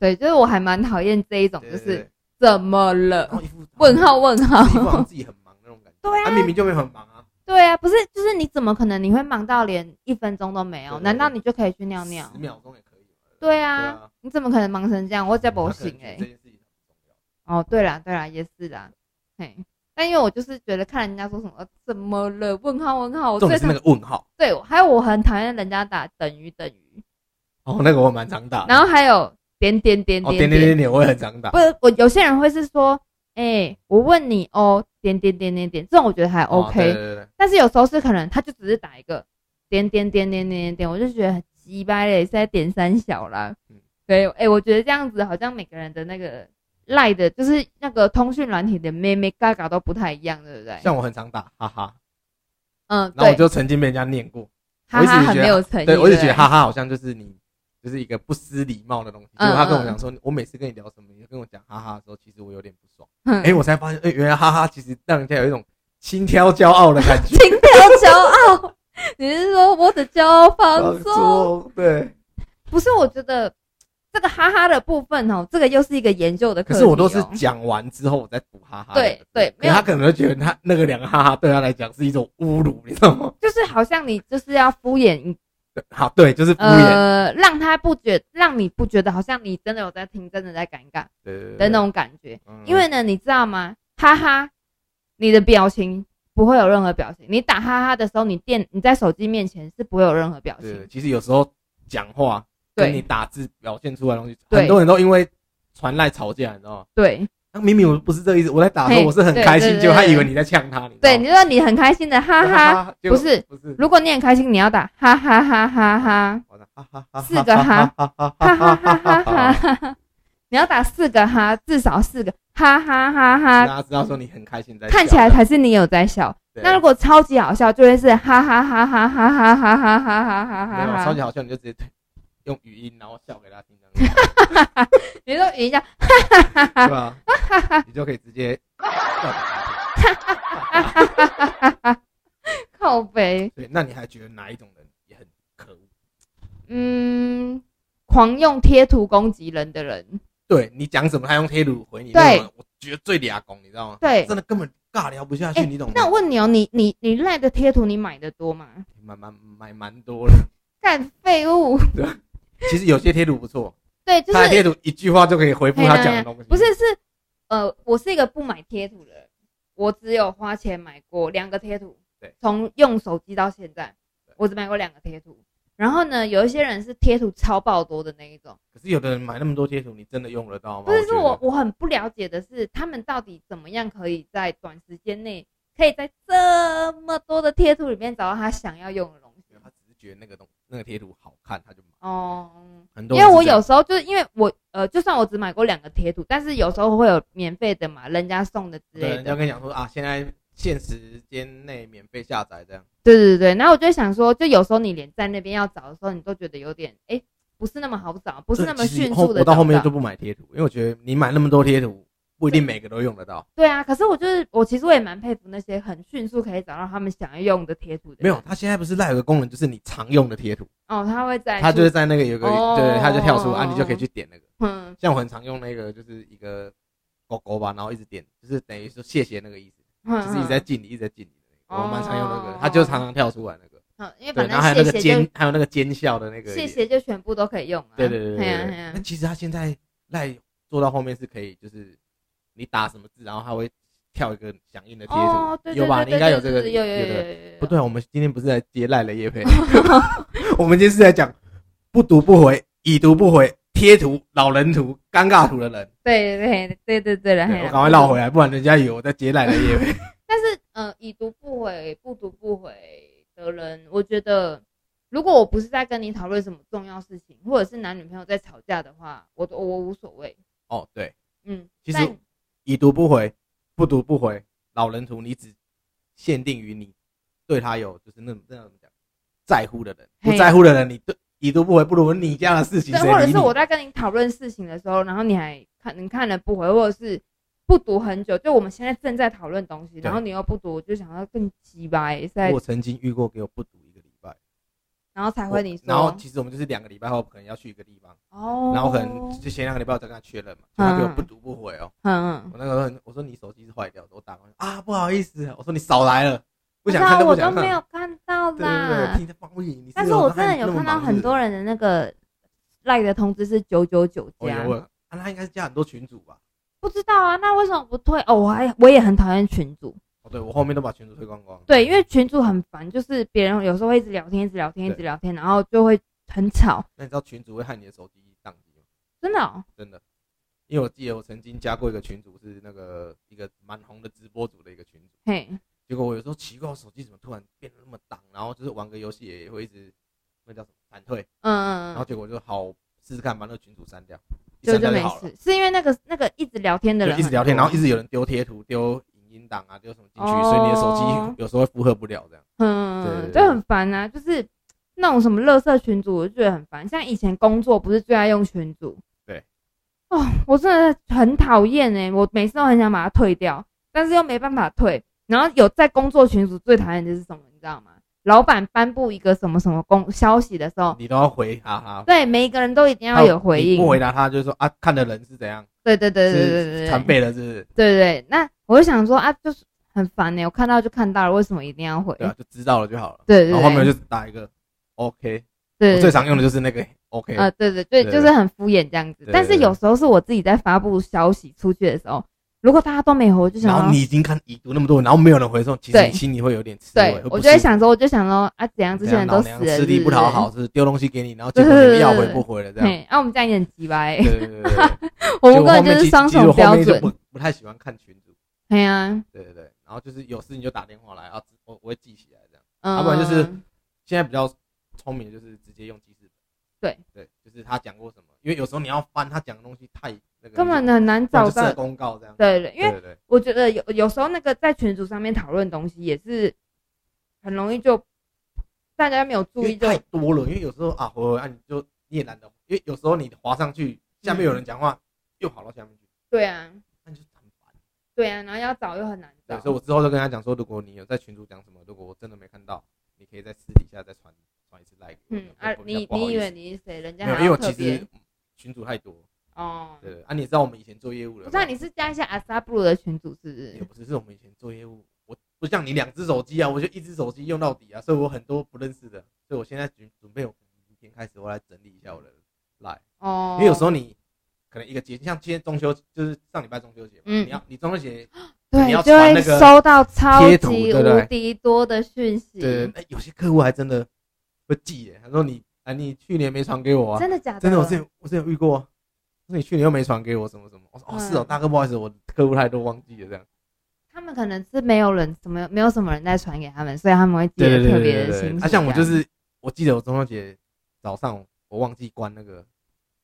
Speaker 2: 对，就是我还蛮讨厌这一种，
Speaker 1: 对，
Speaker 2: 就
Speaker 1: 对对
Speaker 2: 是
Speaker 1: 对哦
Speaker 2: 怎么
Speaker 1: 然后
Speaker 2: 了？
Speaker 1: 一副
Speaker 2: 问号，问号
Speaker 1: 一。副好像自己很忙那种感觉。
Speaker 2: 对啊
Speaker 1: 他明明就没有很忙啊，
Speaker 2: 对啊，不是，就是你怎么可能你会忙到连一分钟都没有？
Speaker 1: 对
Speaker 2: 难道你就可以去尿尿
Speaker 1: 十？秒钟也可以嘛。
Speaker 2: 对
Speaker 1: 对
Speaker 2: 啊，
Speaker 1: 啊，
Speaker 2: 你怎么可能忙成这样？我在不
Speaker 1: 我
Speaker 2: 信哎
Speaker 1: 这。件事情很重要。
Speaker 2: 哦，对啦，对啦，也是啦，嘿。但因为我就是觉得看人家说什么、呃怎么了？问号问号，我
Speaker 1: 重
Speaker 2: 最
Speaker 1: 点是
Speaker 2: 讨
Speaker 1: 那个问号
Speaker 2: 对，我还有我很讨厌人家打等于等于，
Speaker 1: 哦，那个我蛮常打的。
Speaker 2: 然后还有点点点
Speaker 1: 哦，
Speaker 2: 点
Speaker 1: 点点点点，我也很常打
Speaker 2: 不。是我有些人会是说，哎、哎、我问你哦，点点点点点，这种我觉得还
Speaker 1: 哦
Speaker 2: OK，、
Speaker 1: 对对对对，
Speaker 2: 但是有时候是可能他就只是打一个点点点点点点点，我就觉得很鸡掰嘞，是在点三小啦。
Speaker 1: 嗯
Speaker 2: 对，哎、我觉得这样子好像每个人的那个赖的，就是那个通讯软体的妹妹嘎嘎都不太一样，对不对？
Speaker 1: 像我很常打，哈哈，
Speaker 2: 嗯，
Speaker 1: 然后我
Speaker 2: 对，
Speaker 1: 就曾经被人家念过，
Speaker 2: 哈哈
Speaker 1: 我一直
Speaker 2: 很
Speaker 1: 觉得
Speaker 2: 没有诚意。
Speaker 1: 对我就觉
Speaker 2: 对
Speaker 1: 得
Speaker 2: 不对
Speaker 1: 哈哈好像就是你就是一个不失礼貌的东西，
Speaker 2: 嗯
Speaker 1: 结果他跟
Speaker 2: 嗯
Speaker 1: 我讲说，我每次跟你聊什么，你就跟我讲哈哈的时候，其实我有点不爽，
Speaker 2: 嗯
Speaker 1: 哎，我才发现，哎，原来哈哈其实让人家有一种轻佻骄傲的 感觉，
Speaker 2: 轻佻骄傲。你是说我的骄傲放 纵？
Speaker 1: 作对。
Speaker 2: 不是，我觉得这个哈哈的部分哦，这个又是一个研究的
Speaker 1: 可
Speaker 2: 课题、哦。
Speaker 1: 是我都是讲完之后我再补哈哈的。
Speaker 2: 对对
Speaker 1: 可是他可能会觉得他那个两个哈哈对他来讲是一种侮辱，你知道吗？
Speaker 2: 就是好像你就是要敷衍一
Speaker 1: 对好，对，就是敷衍，
Speaker 2: 呃，让他不觉，让你不觉得好像你真的有在听，真的在尴尬
Speaker 1: 对对
Speaker 2: 的
Speaker 1: 对
Speaker 2: 那种感觉。
Speaker 1: 嗯
Speaker 2: 因为呢，你知道吗？哈哈，你的表情不会有任何表情。你打哈哈的时候，你电你在手机面前是不会有任何表
Speaker 1: 对，
Speaker 2: 情。
Speaker 1: 其实有时候讲话跟你
Speaker 2: 对
Speaker 1: 打字表现出来的东西，
Speaker 2: 对
Speaker 1: 很多人都因为传赖吵架，你知道吗？
Speaker 2: 对
Speaker 1: 那明明我不是这个意思，我在打的时候
Speaker 2: 嘿
Speaker 1: 我是很开心，
Speaker 2: 对对对
Speaker 1: 结果他以为你在呛他，你知道
Speaker 2: 对，
Speaker 1: 吗
Speaker 2: 你说你很开心的哈哈，
Speaker 1: 哈，结
Speaker 2: 不
Speaker 1: 果
Speaker 2: 是。
Speaker 1: 不是，
Speaker 2: 如果你很开心，你要打哈哈哈哈哈
Speaker 1: 我的哈哈哈
Speaker 2: 四个哈
Speaker 1: 哈哈
Speaker 2: 哈
Speaker 1: 哈
Speaker 2: 哈
Speaker 1: 哈
Speaker 2: 哈哈
Speaker 1: 哈
Speaker 2: 哈
Speaker 1: 哈，
Speaker 2: 哈哈，你要打四个哈，至少四个哈哈哈
Speaker 1: 让
Speaker 2: 哈，
Speaker 1: 他知道说你很开心在笑，
Speaker 2: 看起来才是你有在笑。
Speaker 1: 对
Speaker 2: 那如果超级好笑，就会是哈哈哈哈哈哈哈哈哈哈哈
Speaker 1: 没有
Speaker 2: 啊
Speaker 1: 超
Speaker 2: 哈哈
Speaker 1: 级。好笑，你就直接推用语音然后笑给他听，这 样子
Speaker 2: 你说一下，
Speaker 1: 对吧？ 你就可以直接笑给他听。
Speaker 2: 靠背，
Speaker 1: 对，那你还觉得哪一种人也很可恶？
Speaker 2: 嗯，狂用贴图攻击人的人，
Speaker 1: 对你讲什么，他用贴鲁回你，
Speaker 2: 对
Speaker 1: 那种人我觉得最俩拱，你知道吗？
Speaker 2: 对
Speaker 1: 真的根本尬聊不下去，
Speaker 2: 哎
Speaker 1: 你懂吗？
Speaker 2: 那我问你哦，你你你赖的贴图你买的多吗？
Speaker 1: 买蛮买蛮多了。
Speaker 2: 干废物，
Speaker 1: 其实有些贴图不错，
Speaker 2: 对，就
Speaker 1: 他的贴
Speaker 2: 是哎
Speaker 1: 图一句话就可以回复他讲的东西。
Speaker 2: 不是是，呃，我是一个不买贴图的人，我只有花钱买过两个贴图，
Speaker 1: 对，
Speaker 2: 从用手机到现在
Speaker 1: 对，
Speaker 2: 我只买过两个贴图。然后呢，有一些人是贴图超爆多的那一种。
Speaker 1: 可是有的人买那么多贴图，你真的用得到吗？
Speaker 2: 不是，
Speaker 1: 觉
Speaker 2: 是
Speaker 1: 得
Speaker 2: 我我很不了解的是，他们到底怎么样可以在短时间内，可以在这么多的贴图里面找到他想要用的东西
Speaker 1: 没有他只是觉得那个东那个贴图好看，他就买。
Speaker 2: 哦。
Speaker 1: 很多
Speaker 2: 因
Speaker 1: 人
Speaker 2: 为
Speaker 1: 是
Speaker 2: 我
Speaker 1: 这样
Speaker 2: 有时候就是因为我呃，就算我只买过两个贴图，但是有时候会有免费的嘛，人家送的之
Speaker 1: 对
Speaker 2: 类
Speaker 1: 人家
Speaker 2: 的。
Speaker 1: 跟你讲说啊，现在限时间内免费下载这样。
Speaker 2: 对对对，然后我就想说，就有时候你连在那边要找的时候，你都觉得有点哎、诶不是那么好找，不是那么
Speaker 1: 所以其实
Speaker 2: 迅
Speaker 1: 后
Speaker 2: 速的
Speaker 1: 我到后面
Speaker 2: 找
Speaker 1: 就不买贴图，因为我觉得你买那么多贴图，不一定每个都用得到。
Speaker 2: 对啊，可是我就是我其实我也蛮佩服那些很迅速可以找到他们想要用的贴图的人。
Speaker 1: 没有，它现在不是赖有个功能，就是你常用的贴图，
Speaker 2: 哦，他会在
Speaker 1: 它就是在那个有个
Speaker 2: 哦
Speaker 1: 对，它就跳出啊，你就可以去点那个。
Speaker 2: 嗯，
Speaker 1: 像我很常用那个，就是一个狗狗吧，然后一直点，就是等于说谢谢那个意思，
Speaker 2: 嗯
Speaker 1: 就是一直在敬你，一直在敬你的那个。我蛮常用那
Speaker 2: 哦
Speaker 1: 个，它就常常跳出来那个。
Speaker 2: 嗯，因为
Speaker 1: 对，
Speaker 2: 反
Speaker 1: 然后还有那
Speaker 2: 正
Speaker 1: 个
Speaker 2: 谢谢
Speaker 1: 尖，还有那个尖笑的那
Speaker 2: 就
Speaker 1: 个
Speaker 2: 谢
Speaker 1: 脸。
Speaker 2: 谢就全部都可以用啊。
Speaker 1: 对对对对
Speaker 2: 嘿
Speaker 1: 对
Speaker 2: 呀
Speaker 1: 对
Speaker 2: 嘿呀
Speaker 1: 那其实它现在赖做到后面是可以，就是你打什么字，然后它会跳一个响应的贴
Speaker 2: 哦，
Speaker 1: 图，
Speaker 2: 对对
Speaker 1: 有吧？
Speaker 2: 对
Speaker 1: 你
Speaker 2: 对
Speaker 1: 应该有这
Speaker 2: 对
Speaker 1: 个，
Speaker 2: 对有有有
Speaker 1: 对
Speaker 2: 有
Speaker 1: 对
Speaker 2: 有有。
Speaker 1: 不对，我们今天不是在接赖了叶 佩，我们今天是在讲不读不回、已读不回、贴图、老人图、尴尬图的人。
Speaker 2: 对对对对对对了，
Speaker 1: 对
Speaker 2: 嘿
Speaker 1: 我
Speaker 2: 啦
Speaker 1: 赶快绕回。来，不然人家以为我在接赖了叶 佩。
Speaker 2: 但是呃，已读不回、不读不回的人，我觉得如果我不是在跟你讨论什么重要事情，或者是男女朋友在吵架的话，我我我无所谓。
Speaker 1: 哦，对，
Speaker 2: 嗯，
Speaker 1: 其实
Speaker 2: 但
Speaker 1: 已读不回、不读不回、老人图，你只限定于你对他有就是那种那种怎么讲在乎的人，
Speaker 2: 嘿
Speaker 1: 不在乎的人，你对已读不回，不如你家的事情，
Speaker 2: 对，
Speaker 1: 谁
Speaker 2: 或者
Speaker 1: 理
Speaker 2: 是
Speaker 1: 你
Speaker 2: 我在跟你讨论事情的时候，然后你还看你看了不回，或者是不读很久，就我们现在正在讨论东西，
Speaker 1: 对
Speaker 2: 然后你又不读，我就想要更鸡巴欸在
Speaker 1: 我，曾经遇过给我不读一个礼拜，
Speaker 2: 然后才会你
Speaker 1: 我
Speaker 2: 说，
Speaker 1: 然后其实我们就是两个礼拜后可能要去一个地方，
Speaker 2: 哦，
Speaker 1: 然后可能就前两个礼拜我再跟他确认嘛，就他给我
Speaker 2: 嗯
Speaker 1: 不读不回哦。
Speaker 2: 嗯嗯，
Speaker 1: 我那个时候很我说你手机是坏掉的，我打过去啊，不好意思，我说你少来了，不想看
Speaker 2: 啊我
Speaker 1: 都不
Speaker 2: 知道
Speaker 1: 想
Speaker 2: 我都没
Speaker 1: 看。
Speaker 2: 有看到
Speaker 1: 对对对，
Speaker 2: 啦，
Speaker 1: 听他放屁，你
Speaker 2: 但是我真的有看到很多
Speaker 1: 人，
Speaker 2: 人的那个赖的通知是九九九
Speaker 1: 我
Speaker 2: 加
Speaker 1: 有，问，啊，他应该是加很多群主吧？
Speaker 2: 不知道啊，那为什么不退？哦，我还我也很讨厌群主，
Speaker 1: 哦，对我后面都把群主推光光。
Speaker 2: 对，因为群主很烦，就是别人有时候会一直聊天，一直聊天，一直
Speaker 1: 对
Speaker 2: 聊天，然后就会很吵，
Speaker 1: 那你知道群主会害你的手机宕机吗？
Speaker 2: 真的、哦。
Speaker 1: 真的，因为我记得我曾经加过一个群组，是那个一个蛮红的直播组的一个群组。
Speaker 2: 嘿，
Speaker 1: 结果我有时候奇怪，我手机怎么突然变得那么挡，然后就是玩个游戏也会一直那叫什么闪退，
Speaker 2: 嗯
Speaker 1: 然
Speaker 2: 嗯
Speaker 1: 后结果就好试试看把那个群组删掉，
Speaker 2: 嗯，
Speaker 1: 一
Speaker 2: 就
Speaker 1: 删
Speaker 2: 就
Speaker 1: 掉
Speaker 2: 没
Speaker 1: 好了，
Speaker 2: 事，是因为那个那个一直聊天的
Speaker 1: 就
Speaker 2: 人
Speaker 1: 一直聊天，
Speaker 2: 很
Speaker 1: 然
Speaker 2: 多
Speaker 1: 后一直有人丢贴图、丢影音档啊、丢什么进去，
Speaker 2: 哦
Speaker 1: 所以你的手机有时候会负荷不了这样。对
Speaker 2: 嗯，
Speaker 1: 对
Speaker 2: 就很烦啊，就是那种什么垃圾群组，我就觉得很烦。像以前工作不是最爱用群组，
Speaker 1: 对，
Speaker 2: 哦，我真的很讨厌哎，我每次都很想把它退掉，但是又没办法退。然后有在工作群组最讨厌的是什么，你知道吗？老板颁布一个什么什么公消息的时候，
Speaker 1: 你都要回哈哈，
Speaker 2: 对每一个人都一定
Speaker 1: 他
Speaker 2: 要有回
Speaker 1: 嗯你
Speaker 2: 应，
Speaker 1: 不回答他就是说啊，看的人是怎样，
Speaker 2: 对对对对对对
Speaker 1: 是
Speaker 2: 对，
Speaker 1: 传背了是不是？
Speaker 2: 对对，那我就想说啊，就是很烦呢、我看到就看到了，为什么一定要回？
Speaker 1: 对啊，就知道了就好了。
Speaker 2: 对对
Speaker 1: 然后后面
Speaker 2: 对，
Speaker 1: 就打一个 OK，
Speaker 2: 对
Speaker 1: 我最常用的就是那个 OK，
Speaker 2: 啊，对对对，
Speaker 1: 对
Speaker 2: 就是很敷衍这样子
Speaker 1: 对。
Speaker 2: 但是有时候是我自己在发布消息出去的时候，如果大家都没回，我就想
Speaker 1: 然后
Speaker 2: 说，
Speaker 1: 你已经看已读那么多，然后没有人回送，其实
Speaker 2: 对
Speaker 1: 你心里会有点刺味，
Speaker 2: 对我就会
Speaker 1: 会
Speaker 2: 想说，我就想说啊，怎样这些人都
Speaker 1: 老
Speaker 2: 死
Speaker 1: 娘
Speaker 2: 了，
Speaker 1: 吃力
Speaker 2: 是
Speaker 1: 不讨
Speaker 2: 是
Speaker 1: 好，。是丢东西给你，然后结果你要回不回了这样。
Speaker 2: 嘿，啊，我们这样也很鸡巴欸，
Speaker 1: 对对对对对，
Speaker 2: 我
Speaker 1: 结果
Speaker 2: 们
Speaker 1: 后
Speaker 2: 根
Speaker 1: 面
Speaker 2: 本就
Speaker 1: 其
Speaker 2: 是
Speaker 1: 实
Speaker 2: 双
Speaker 1: 其实
Speaker 2: 重
Speaker 1: 我后
Speaker 2: 标
Speaker 1: 面就
Speaker 2: 准。
Speaker 1: 不不太喜欢看群主，
Speaker 2: 嘿啊，
Speaker 1: 对对对，然后就是有事情就打电话来啊，我我会记起来这样。
Speaker 2: 嗯，
Speaker 1: 要啊不然就是现在比较聪明的就是直接用记事本，对，就是他讲过什么，因为有时候你要翻他讲的东西太那个，
Speaker 2: 根本很难
Speaker 1: 然
Speaker 2: 找
Speaker 1: 后就设
Speaker 2: 到。
Speaker 1: 公告这样。
Speaker 2: 对对，因为
Speaker 1: 对对
Speaker 2: 我觉得有有时候那个在群组上面讨论东西也是很容易就大家没有
Speaker 1: 因
Speaker 2: 注
Speaker 1: 为
Speaker 2: 意就
Speaker 1: 太多了，因为有时候啊，回回啊，你就你也懒得，因为有时候你滑上去，下面有人讲话，又跑到下面去，
Speaker 2: 对啊
Speaker 1: 那就是很烦。
Speaker 2: 对啊，然后要找又很难
Speaker 1: 对，
Speaker 2: 找。
Speaker 1: 所以我之后就跟他讲说，如果你有在群主讲什么，如果我真的没看到，你可以在私底下再传传一次 like 给我。
Speaker 2: 嗯啊
Speaker 1: 我，比较
Speaker 2: 你
Speaker 1: 不好
Speaker 2: 你以
Speaker 1: 意思
Speaker 2: 为你是谁？人家
Speaker 1: 没有？因
Speaker 2: 还
Speaker 1: 为
Speaker 2: 要
Speaker 1: 我
Speaker 2: 特
Speaker 1: 其
Speaker 2: 别
Speaker 1: 实群主太多，
Speaker 2: 哦。
Speaker 1: 对啊，你也知道我们以前做业务
Speaker 2: 我
Speaker 1: 的，
Speaker 2: 知道你是加一下阿萨布鲁的群组，是不
Speaker 1: 也
Speaker 2: 是？
Speaker 1: 不是，是我们以前做业务，我不像你两只手机啊，我就一只手机用到底啊，所以我很多不认识的，所以我现在准准备我明天开始我来整理一下我的 like。
Speaker 2: 哦，
Speaker 1: 因为有时候你可能一个节，像今天中秋就是上礼拜中秋节嘛，
Speaker 2: 嗯
Speaker 1: 你要你中秋节
Speaker 2: 对
Speaker 1: 你要
Speaker 2: 就
Speaker 1: 传
Speaker 2: 会
Speaker 1: 那个
Speaker 2: 收到超
Speaker 1: 贴图
Speaker 2: 级
Speaker 1: 对不对
Speaker 2: 无敌多的讯息，
Speaker 1: 对，哎、有些客户还真的会记耶，他说你啊你去年没传给我啊，
Speaker 2: 真的假的？
Speaker 1: 真的我之前我之前有遇过、啊，他说你去年又没传给我什么什么，我说哦
Speaker 2: 嗯
Speaker 1: 是哦，大哥不好意思，我客户太多忘记了这样，
Speaker 2: 他们可能是没有人怎么没有什么人在传给他们，所以他们会记得特别的清楚。
Speaker 1: 啊像我就是我记得我中秋节早上我忘记关那个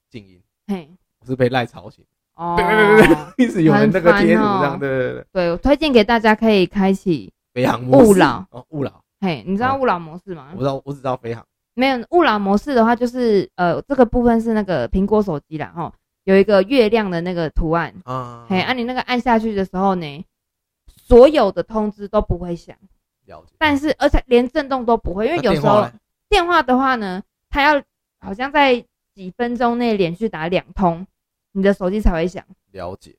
Speaker 1: 静音，
Speaker 2: 这样嘿
Speaker 1: 我是被赖吵醒，
Speaker 2: 哦，
Speaker 1: 对对 对对，一直有人那个
Speaker 2: 很烦
Speaker 1: 贴图
Speaker 2: 哦
Speaker 1: 这样，对对对，
Speaker 2: 对我推荐给大家可以开启
Speaker 1: 飞航模式
Speaker 2: 勿扰，啊
Speaker 1: 哦勿扰，
Speaker 2: 嘿，你知道
Speaker 1: 哦
Speaker 2: 勿扰模式吗
Speaker 1: 我？知道我只知道飞航，
Speaker 2: 没有勿扰模式的话，就是呃，这个部分是那个苹果手机啦，哈，有一个月亮的那个图案，
Speaker 1: 啊，
Speaker 2: 嘿，按、你那个按下去的时候呢，所有的通知都不会响，
Speaker 1: 了解，
Speaker 2: 但是而且连震动都不会，因为
Speaker 1: 那
Speaker 2: 有
Speaker 1: 电
Speaker 2: 时
Speaker 1: 话
Speaker 2: 候
Speaker 1: 嘞
Speaker 2: 电话的话呢，它要好像在几分钟内连续打两通，你的手机才会响。
Speaker 1: 了解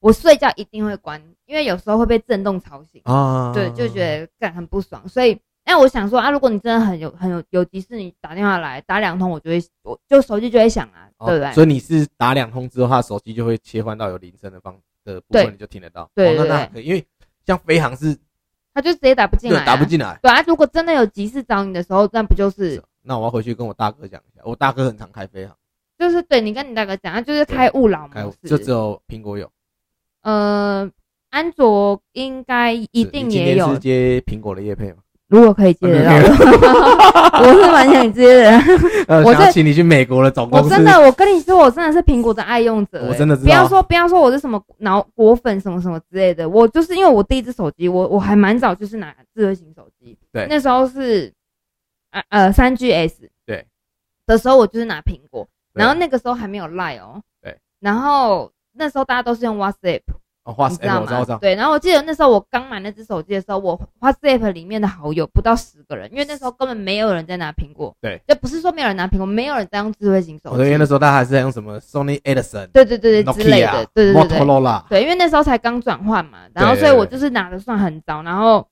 Speaker 2: 我睡觉一定会关，因为有时候会被震动吵醒，
Speaker 1: 啊
Speaker 2: 对，就觉得干很不爽，所以。那我想说啊，如果你真的很有很有有急事，你打电话来打两通，我就会我就手机就会响啊，
Speaker 1: 哦
Speaker 2: 对不对？
Speaker 1: 所以你是打两通之后，他的手机就会切换到有铃声的方的部
Speaker 2: 对
Speaker 1: 分，你就听得到。
Speaker 2: 对
Speaker 1: 哦
Speaker 2: 对
Speaker 1: 那那可以，因为像飞航是
Speaker 2: 他就直接打不进
Speaker 1: 对
Speaker 2: 来、啊，
Speaker 1: 打不进来。
Speaker 2: 对啊，如果真的有急事找你的时候，那不就是
Speaker 1: 是那我要回去跟我大哥讲一下，我大哥很常开飞航，
Speaker 2: 就是对你跟你大哥讲，他就是开勿扰
Speaker 1: 开
Speaker 2: 模
Speaker 1: 就
Speaker 2: 式。
Speaker 1: 只有苹果有，
Speaker 2: 呃，安卓应该一
Speaker 1: 是
Speaker 2: 定
Speaker 1: 你今
Speaker 2: 也
Speaker 1: 天
Speaker 2: 有
Speaker 1: 是，接苹果的叶配嘛？
Speaker 2: 如果可以接得到， 我是蛮想接的。
Speaker 1: 呃，
Speaker 2: 我
Speaker 1: 想要
Speaker 2: 这
Speaker 1: 请你去美国的总公
Speaker 2: 我
Speaker 1: 司，哦
Speaker 2: 真的，我跟你说，我真的是苹果的爱用者、欸
Speaker 1: 我真的知道
Speaker 2: 不要说不要说我是什么脑果粉什么什么之类的，我就是因为我第一只手机，我我还蛮早就是拿智慧型手机，
Speaker 1: 对
Speaker 2: 那时候是啊呃三 GS，
Speaker 1: 对
Speaker 2: 的时候我就是拿苹果，
Speaker 1: 对
Speaker 2: 然后那个时候还没有 Line 哦，
Speaker 1: 对，
Speaker 2: 然后那时候大家都是用 WhatsApp，
Speaker 1: 哦，哇
Speaker 2: 你知
Speaker 1: 塞，
Speaker 2: 道
Speaker 1: 我知道，我知
Speaker 2: 吗？
Speaker 1: 道，
Speaker 2: 对，然后我记得那时候我刚买那只手机的时候，我 WhatsApp 里面的好友不到十个人，因为那时候根本没有人在拿苹果，
Speaker 1: 对，
Speaker 2: 就不是说没有人拿苹果，没有人在用智慧型手
Speaker 1: 我
Speaker 2: 机，
Speaker 1: 的因为那时候大家还是在用什么 Sony Edison、
Speaker 2: 对对对对
Speaker 1: Nokia 啊
Speaker 2: 之类的，对对对对，
Speaker 1: Motorola，
Speaker 2: 对，因为那时候才刚转换嘛，然后
Speaker 1: 对对
Speaker 2: 所以我
Speaker 1: 对
Speaker 2: 就是拿的算很早，然后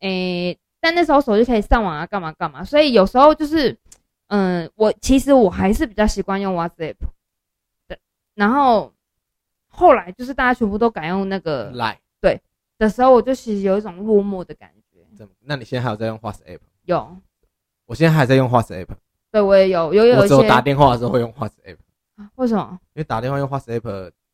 Speaker 2: 诶，但那时候手机可以上网啊，干嘛干嘛，所以有时候就是，嗯，我其实我还是比较习惯用 WhatsApp 的，然后后来就是大家全部都改用那个
Speaker 1: 来，
Speaker 2: 的时候，我就其实有一种落寞的感觉。
Speaker 1: 这那你现在还有在用 WhatsApp？
Speaker 2: 有，
Speaker 1: 我现在还在用 WhatsApp，
Speaker 2: 对我也有，有有
Speaker 1: 我
Speaker 2: 一
Speaker 1: 只有打
Speaker 2: 些
Speaker 1: 电话的时候会用 WhatsApp。
Speaker 2: 为什么？
Speaker 1: 因为打电话用 WhatsApp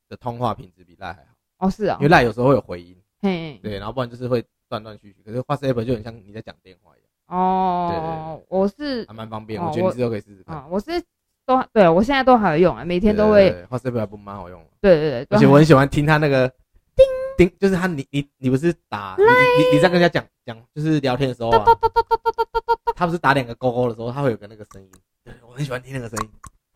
Speaker 1: 的通话品质比 Line 还好，
Speaker 2: 哦，是哦
Speaker 1: 因为，Line 有时候会有回音，
Speaker 2: 嘿，
Speaker 1: 对，然后不然就是会断断续续。可是 WhatsApp 就很像你在讲电话一样，
Speaker 2: 哦，我是
Speaker 1: 还蛮方便。
Speaker 2: 哦
Speaker 1: 我觉得
Speaker 2: 我
Speaker 1: 你之后可以试试看。
Speaker 2: 啊，我是都对我现在都还有用啊，每天都
Speaker 1: 对
Speaker 2: 会，
Speaker 1: 对对 WhatsApp 还不蛮好用的，
Speaker 2: 对对对，都
Speaker 1: 而且我很喜欢听他那个叮叮，就是他你你你不是打你你你在跟人家讲讲就是聊天的时候啊，他不是打两个勾勾的时候，他会有个那个声音，对我很喜欢听那个声音，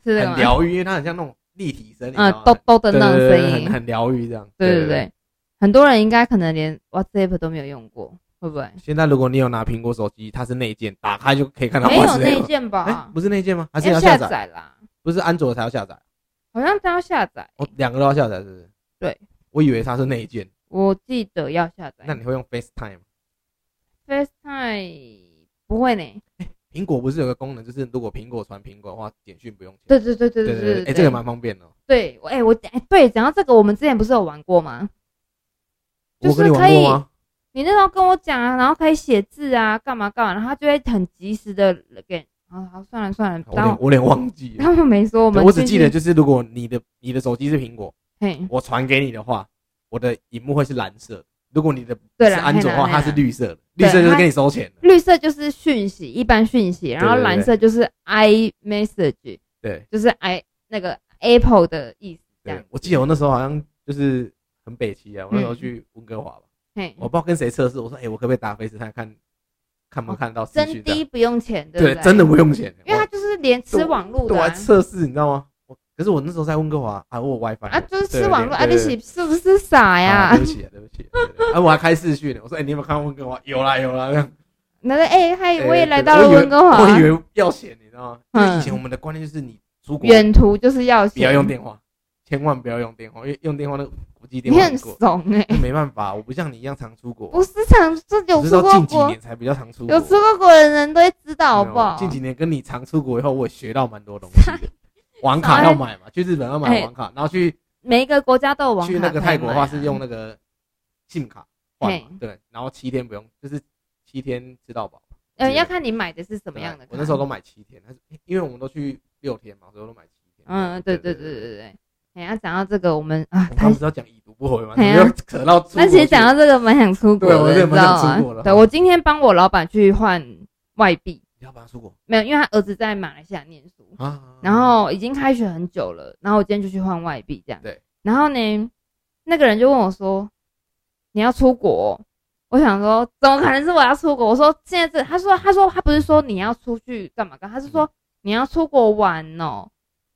Speaker 2: 是这个
Speaker 1: 很
Speaker 2: 吗？
Speaker 1: 疗愈，因为它很像那种立体声，你知道
Speaker 2: 嗯
Speaker 1: 吗，
Speaker 2: 豆豆的
Speaker 1: 对对
Speaker 2: 那种
Speaker 1: 对对
Speaker 2: 声
Speaker 1: 很
Speaker 2: 音，
Speaker 1: 很疗愈这样。
Speaker 2: 对对对，很多人应该可能连 WhatsApp 都没有用过，会不会？
Speaker 1: 现在如果你有拿苹果手机，它是内建，打开就可以看到
Speaker 2: 没有
Speaker 1: WhatsApp。
Speaker 2: 内建
Speaker 1: 哎
Speaker 2: 吧？
Speaker 1: 不是内建吗？还是
Speaker 2: 要
Speaker 1: 要
Speaker 2: 下
Speaker 1: 下载？
Speaker 2: 载啦，
Speaker 1: 不是安卓才要下载，
Speaker 2: 好像都要下载，
Speaker 1: 哦，两个都要下载是不是？
Speaker 2: 对，
Speaker 1: 我以为它是内建。
Speaker 2: 我记得要下
Speaker 1: 那
Speaker 2: 载。
Speaker 1: 你会用 FaceTime？吗
Speaker 2: FaceTime 不会呢？
Speaker 1: 苹果不是有个功能，就是如果苹果传苹果的话，简讯不用钱。
Speaker 2: 对对对对
Speaker 1: 对
Speaker 2: 对
Speaker 1: 对，哎，这个蛮方便的哦。
Speaker 2: 对，我哎、我哎、对，讲到这个，我们之前不是有玩过吗？就
Speaker 1: 我
Speaker 2: 是
Speaker 1: 跟你玩过吗？
Speaker 2: 你那时候跟我讲啊，然后可以写字啊，干嘛干嘛，然后他就会很及时的给，好好算了算了，
Speaker 1: 我有
Speaker 2: 然
Speaker 1: 点
Speaker 2: 后
Speaker 1: 我有点忘记了。
Speaker 2: 他们没说我们
Speaker 1: 对我只记得就
Speaker 2: 进去
Speaker 1: 是，如果你的你的手机是苹果，
Speaker 2: 嘿，
Speaker 1: 我传给你的话，我的荧幕会是蓝色的；如果你的
Speaker 2: 对
Speaker 1: 是
Speaker 2: 啦
Speaker 1: 安卓的话，
Speaker 2: 嘿啦嘿
Speaker 1: 它
Speaker 2: 啦
Speaker 1: 是绿色的，绿色就是给你收钱的。
Speaker 2: 绿色就是讯息，一般讯息，然后
Speaker 1: 对对对
Speaker 2: 蓝色就是 i message，
Speaker 1: 对
Speaker 2: 就是 i 那个 Apple 的意思，这样
Speaker 1: 对，我记得我那时候好像就是很北齐啊，我那时候
Speaker 2: 嗯
Speaker 1: 去温哥华吧，
Speaker 2: 嘿，
Speaker 1: 我不知道跟谁测试，我说哎，我可不可以打 FaceTime 看看不看得到私
Speaker 2: 真
Speaker 1: 讯这
Speaker 2: 滴
Speaker 1: 样？
Speaker 2: 不用钱，对不
Speaker 1: 对，真的不用钱，
Speaker 2: 因为它就是连吃网
Speaker 1: 我
Speaker 2: 路
Speaker 1: 对
Speaker 2: 的
Speaker 1: 我还
Speaker 2: 啊。
Speaker 1: 测试，你知道吗？我可是我那时候在温哥华啊，我有 WiFi
Speaker 2: 啊，就是吃
Speaker 1: 对
Speaker 2: 网络啊！
Speaker 1: 对
Speaker 2: 你
Speaker 1: 对
Speaker 2: 是是不是傻
Speaker 1: 啊
Speaker 2: 哎呀
Speaker 1: 对？不起啊，对不起。对对啊，我还开视讯呢，我说哎，你有没有看到温哥华？有啦有啦。这样
Speaker 2: 那个哎，嗨，
Speaker 1: 对
Speaker 2: 我也
Speaker 1: 对
Speaker 2: 来
Speaker 1: 对
Speaker 2: 到
Speaker 1: 我
Speaker 2: 了
Speaker 1: 以为
Speaker 2: 温哥华。
Speaker 1: 我以为要钱，你知道吗？因为
Speaker 2: 嗯
Speaker 1: 以前我们的观念就是你出国
Speaker 2: 远途就是要
Speaker 1: 不要
Speaker 2: 钱，
Speaker 1: 用电话，千万不要用电话，因为用电话那个国际电
Speaker 2: 你
Speaker 1: 话
Speaker 2: 很
Speaker 1: 很贵。
Speaker 2: 怂哎、
Speaker 1: 那没办法，我不像你一样常出国，
Speaker 2: 不是常这有
Speaker 1: 只是到
Speaker 2: 出过
Speaker 1: 近几
Speaker 2: 国
Speaker 1: 年，才比较常出国。
Speaker 2: 有出过国的人都会知道好不
Speaker 1: 没有
Speaker 2: 好？
Speaker 1: 近几年跟你常出国以后，我也学到蛮多东西 的。网卡要买嘛，去日本要买
Speaker 2: 哎
Speaker 1: 网卡，然后去
Speaker 2: 每一个国家都有网卡
Speaker 1: 去那个
Speaker 2: 可以买
Speaker 1: 泰
Speaker 2: 啊
Speaker 1: 国的话是用那个信卡换嘛
Speaker 2: 嘿，
Speaker 1: 对，然后七天不用，就是七天吃到饱。
Speaker 2: 呃，要看你买的是什么样的
Speaker 1: 对
Speaker 2: 卡。
Speaker 1: 我那时候都买七天，但是因为我们都去六天嘛，所以我都买七天。
Speaker 2: 嗯，对对对对对对。哎呀，讲到这个，我们
Speaker 1: 我，
Speaker 2: 啊
Speaker 1: 们
Speaker 2: 他
Speaker 1: 刚不是要讲已读不回吗？
Speaker 2: 哎呀
Speaker 1: 你又扯到出国去。
Speaker 2: 那其实讲到这个，蛮想出国
Speaker 1: 对我
Speaker 2: 的，
Speaker 1: 真的
Speaker 2: 你知
Speaker 1: 蛮想
Speaker 2: 道
Speaker 1: 出国
Speaker 2: 吗？
Speaker 1: 的
Speaker 2: 对我今天帮我老板去换外币，
Speaker 1: 你要不要出国
Speaker 2: 没有，因为他儿子在马来西亚念书，
Speaker 1: 啊？
Speaker 2: 然后已经开学很久了，然后我今天就去换外币这样。
Speaker 1: 对。
Speaker 2: 然后呢，那个人就问我说：“你要出国哦、我想说，怎么可能是我要出国？我说现在这，他说他说他不是说你要出去干嘛干嘛，他是说你要出国玩哦。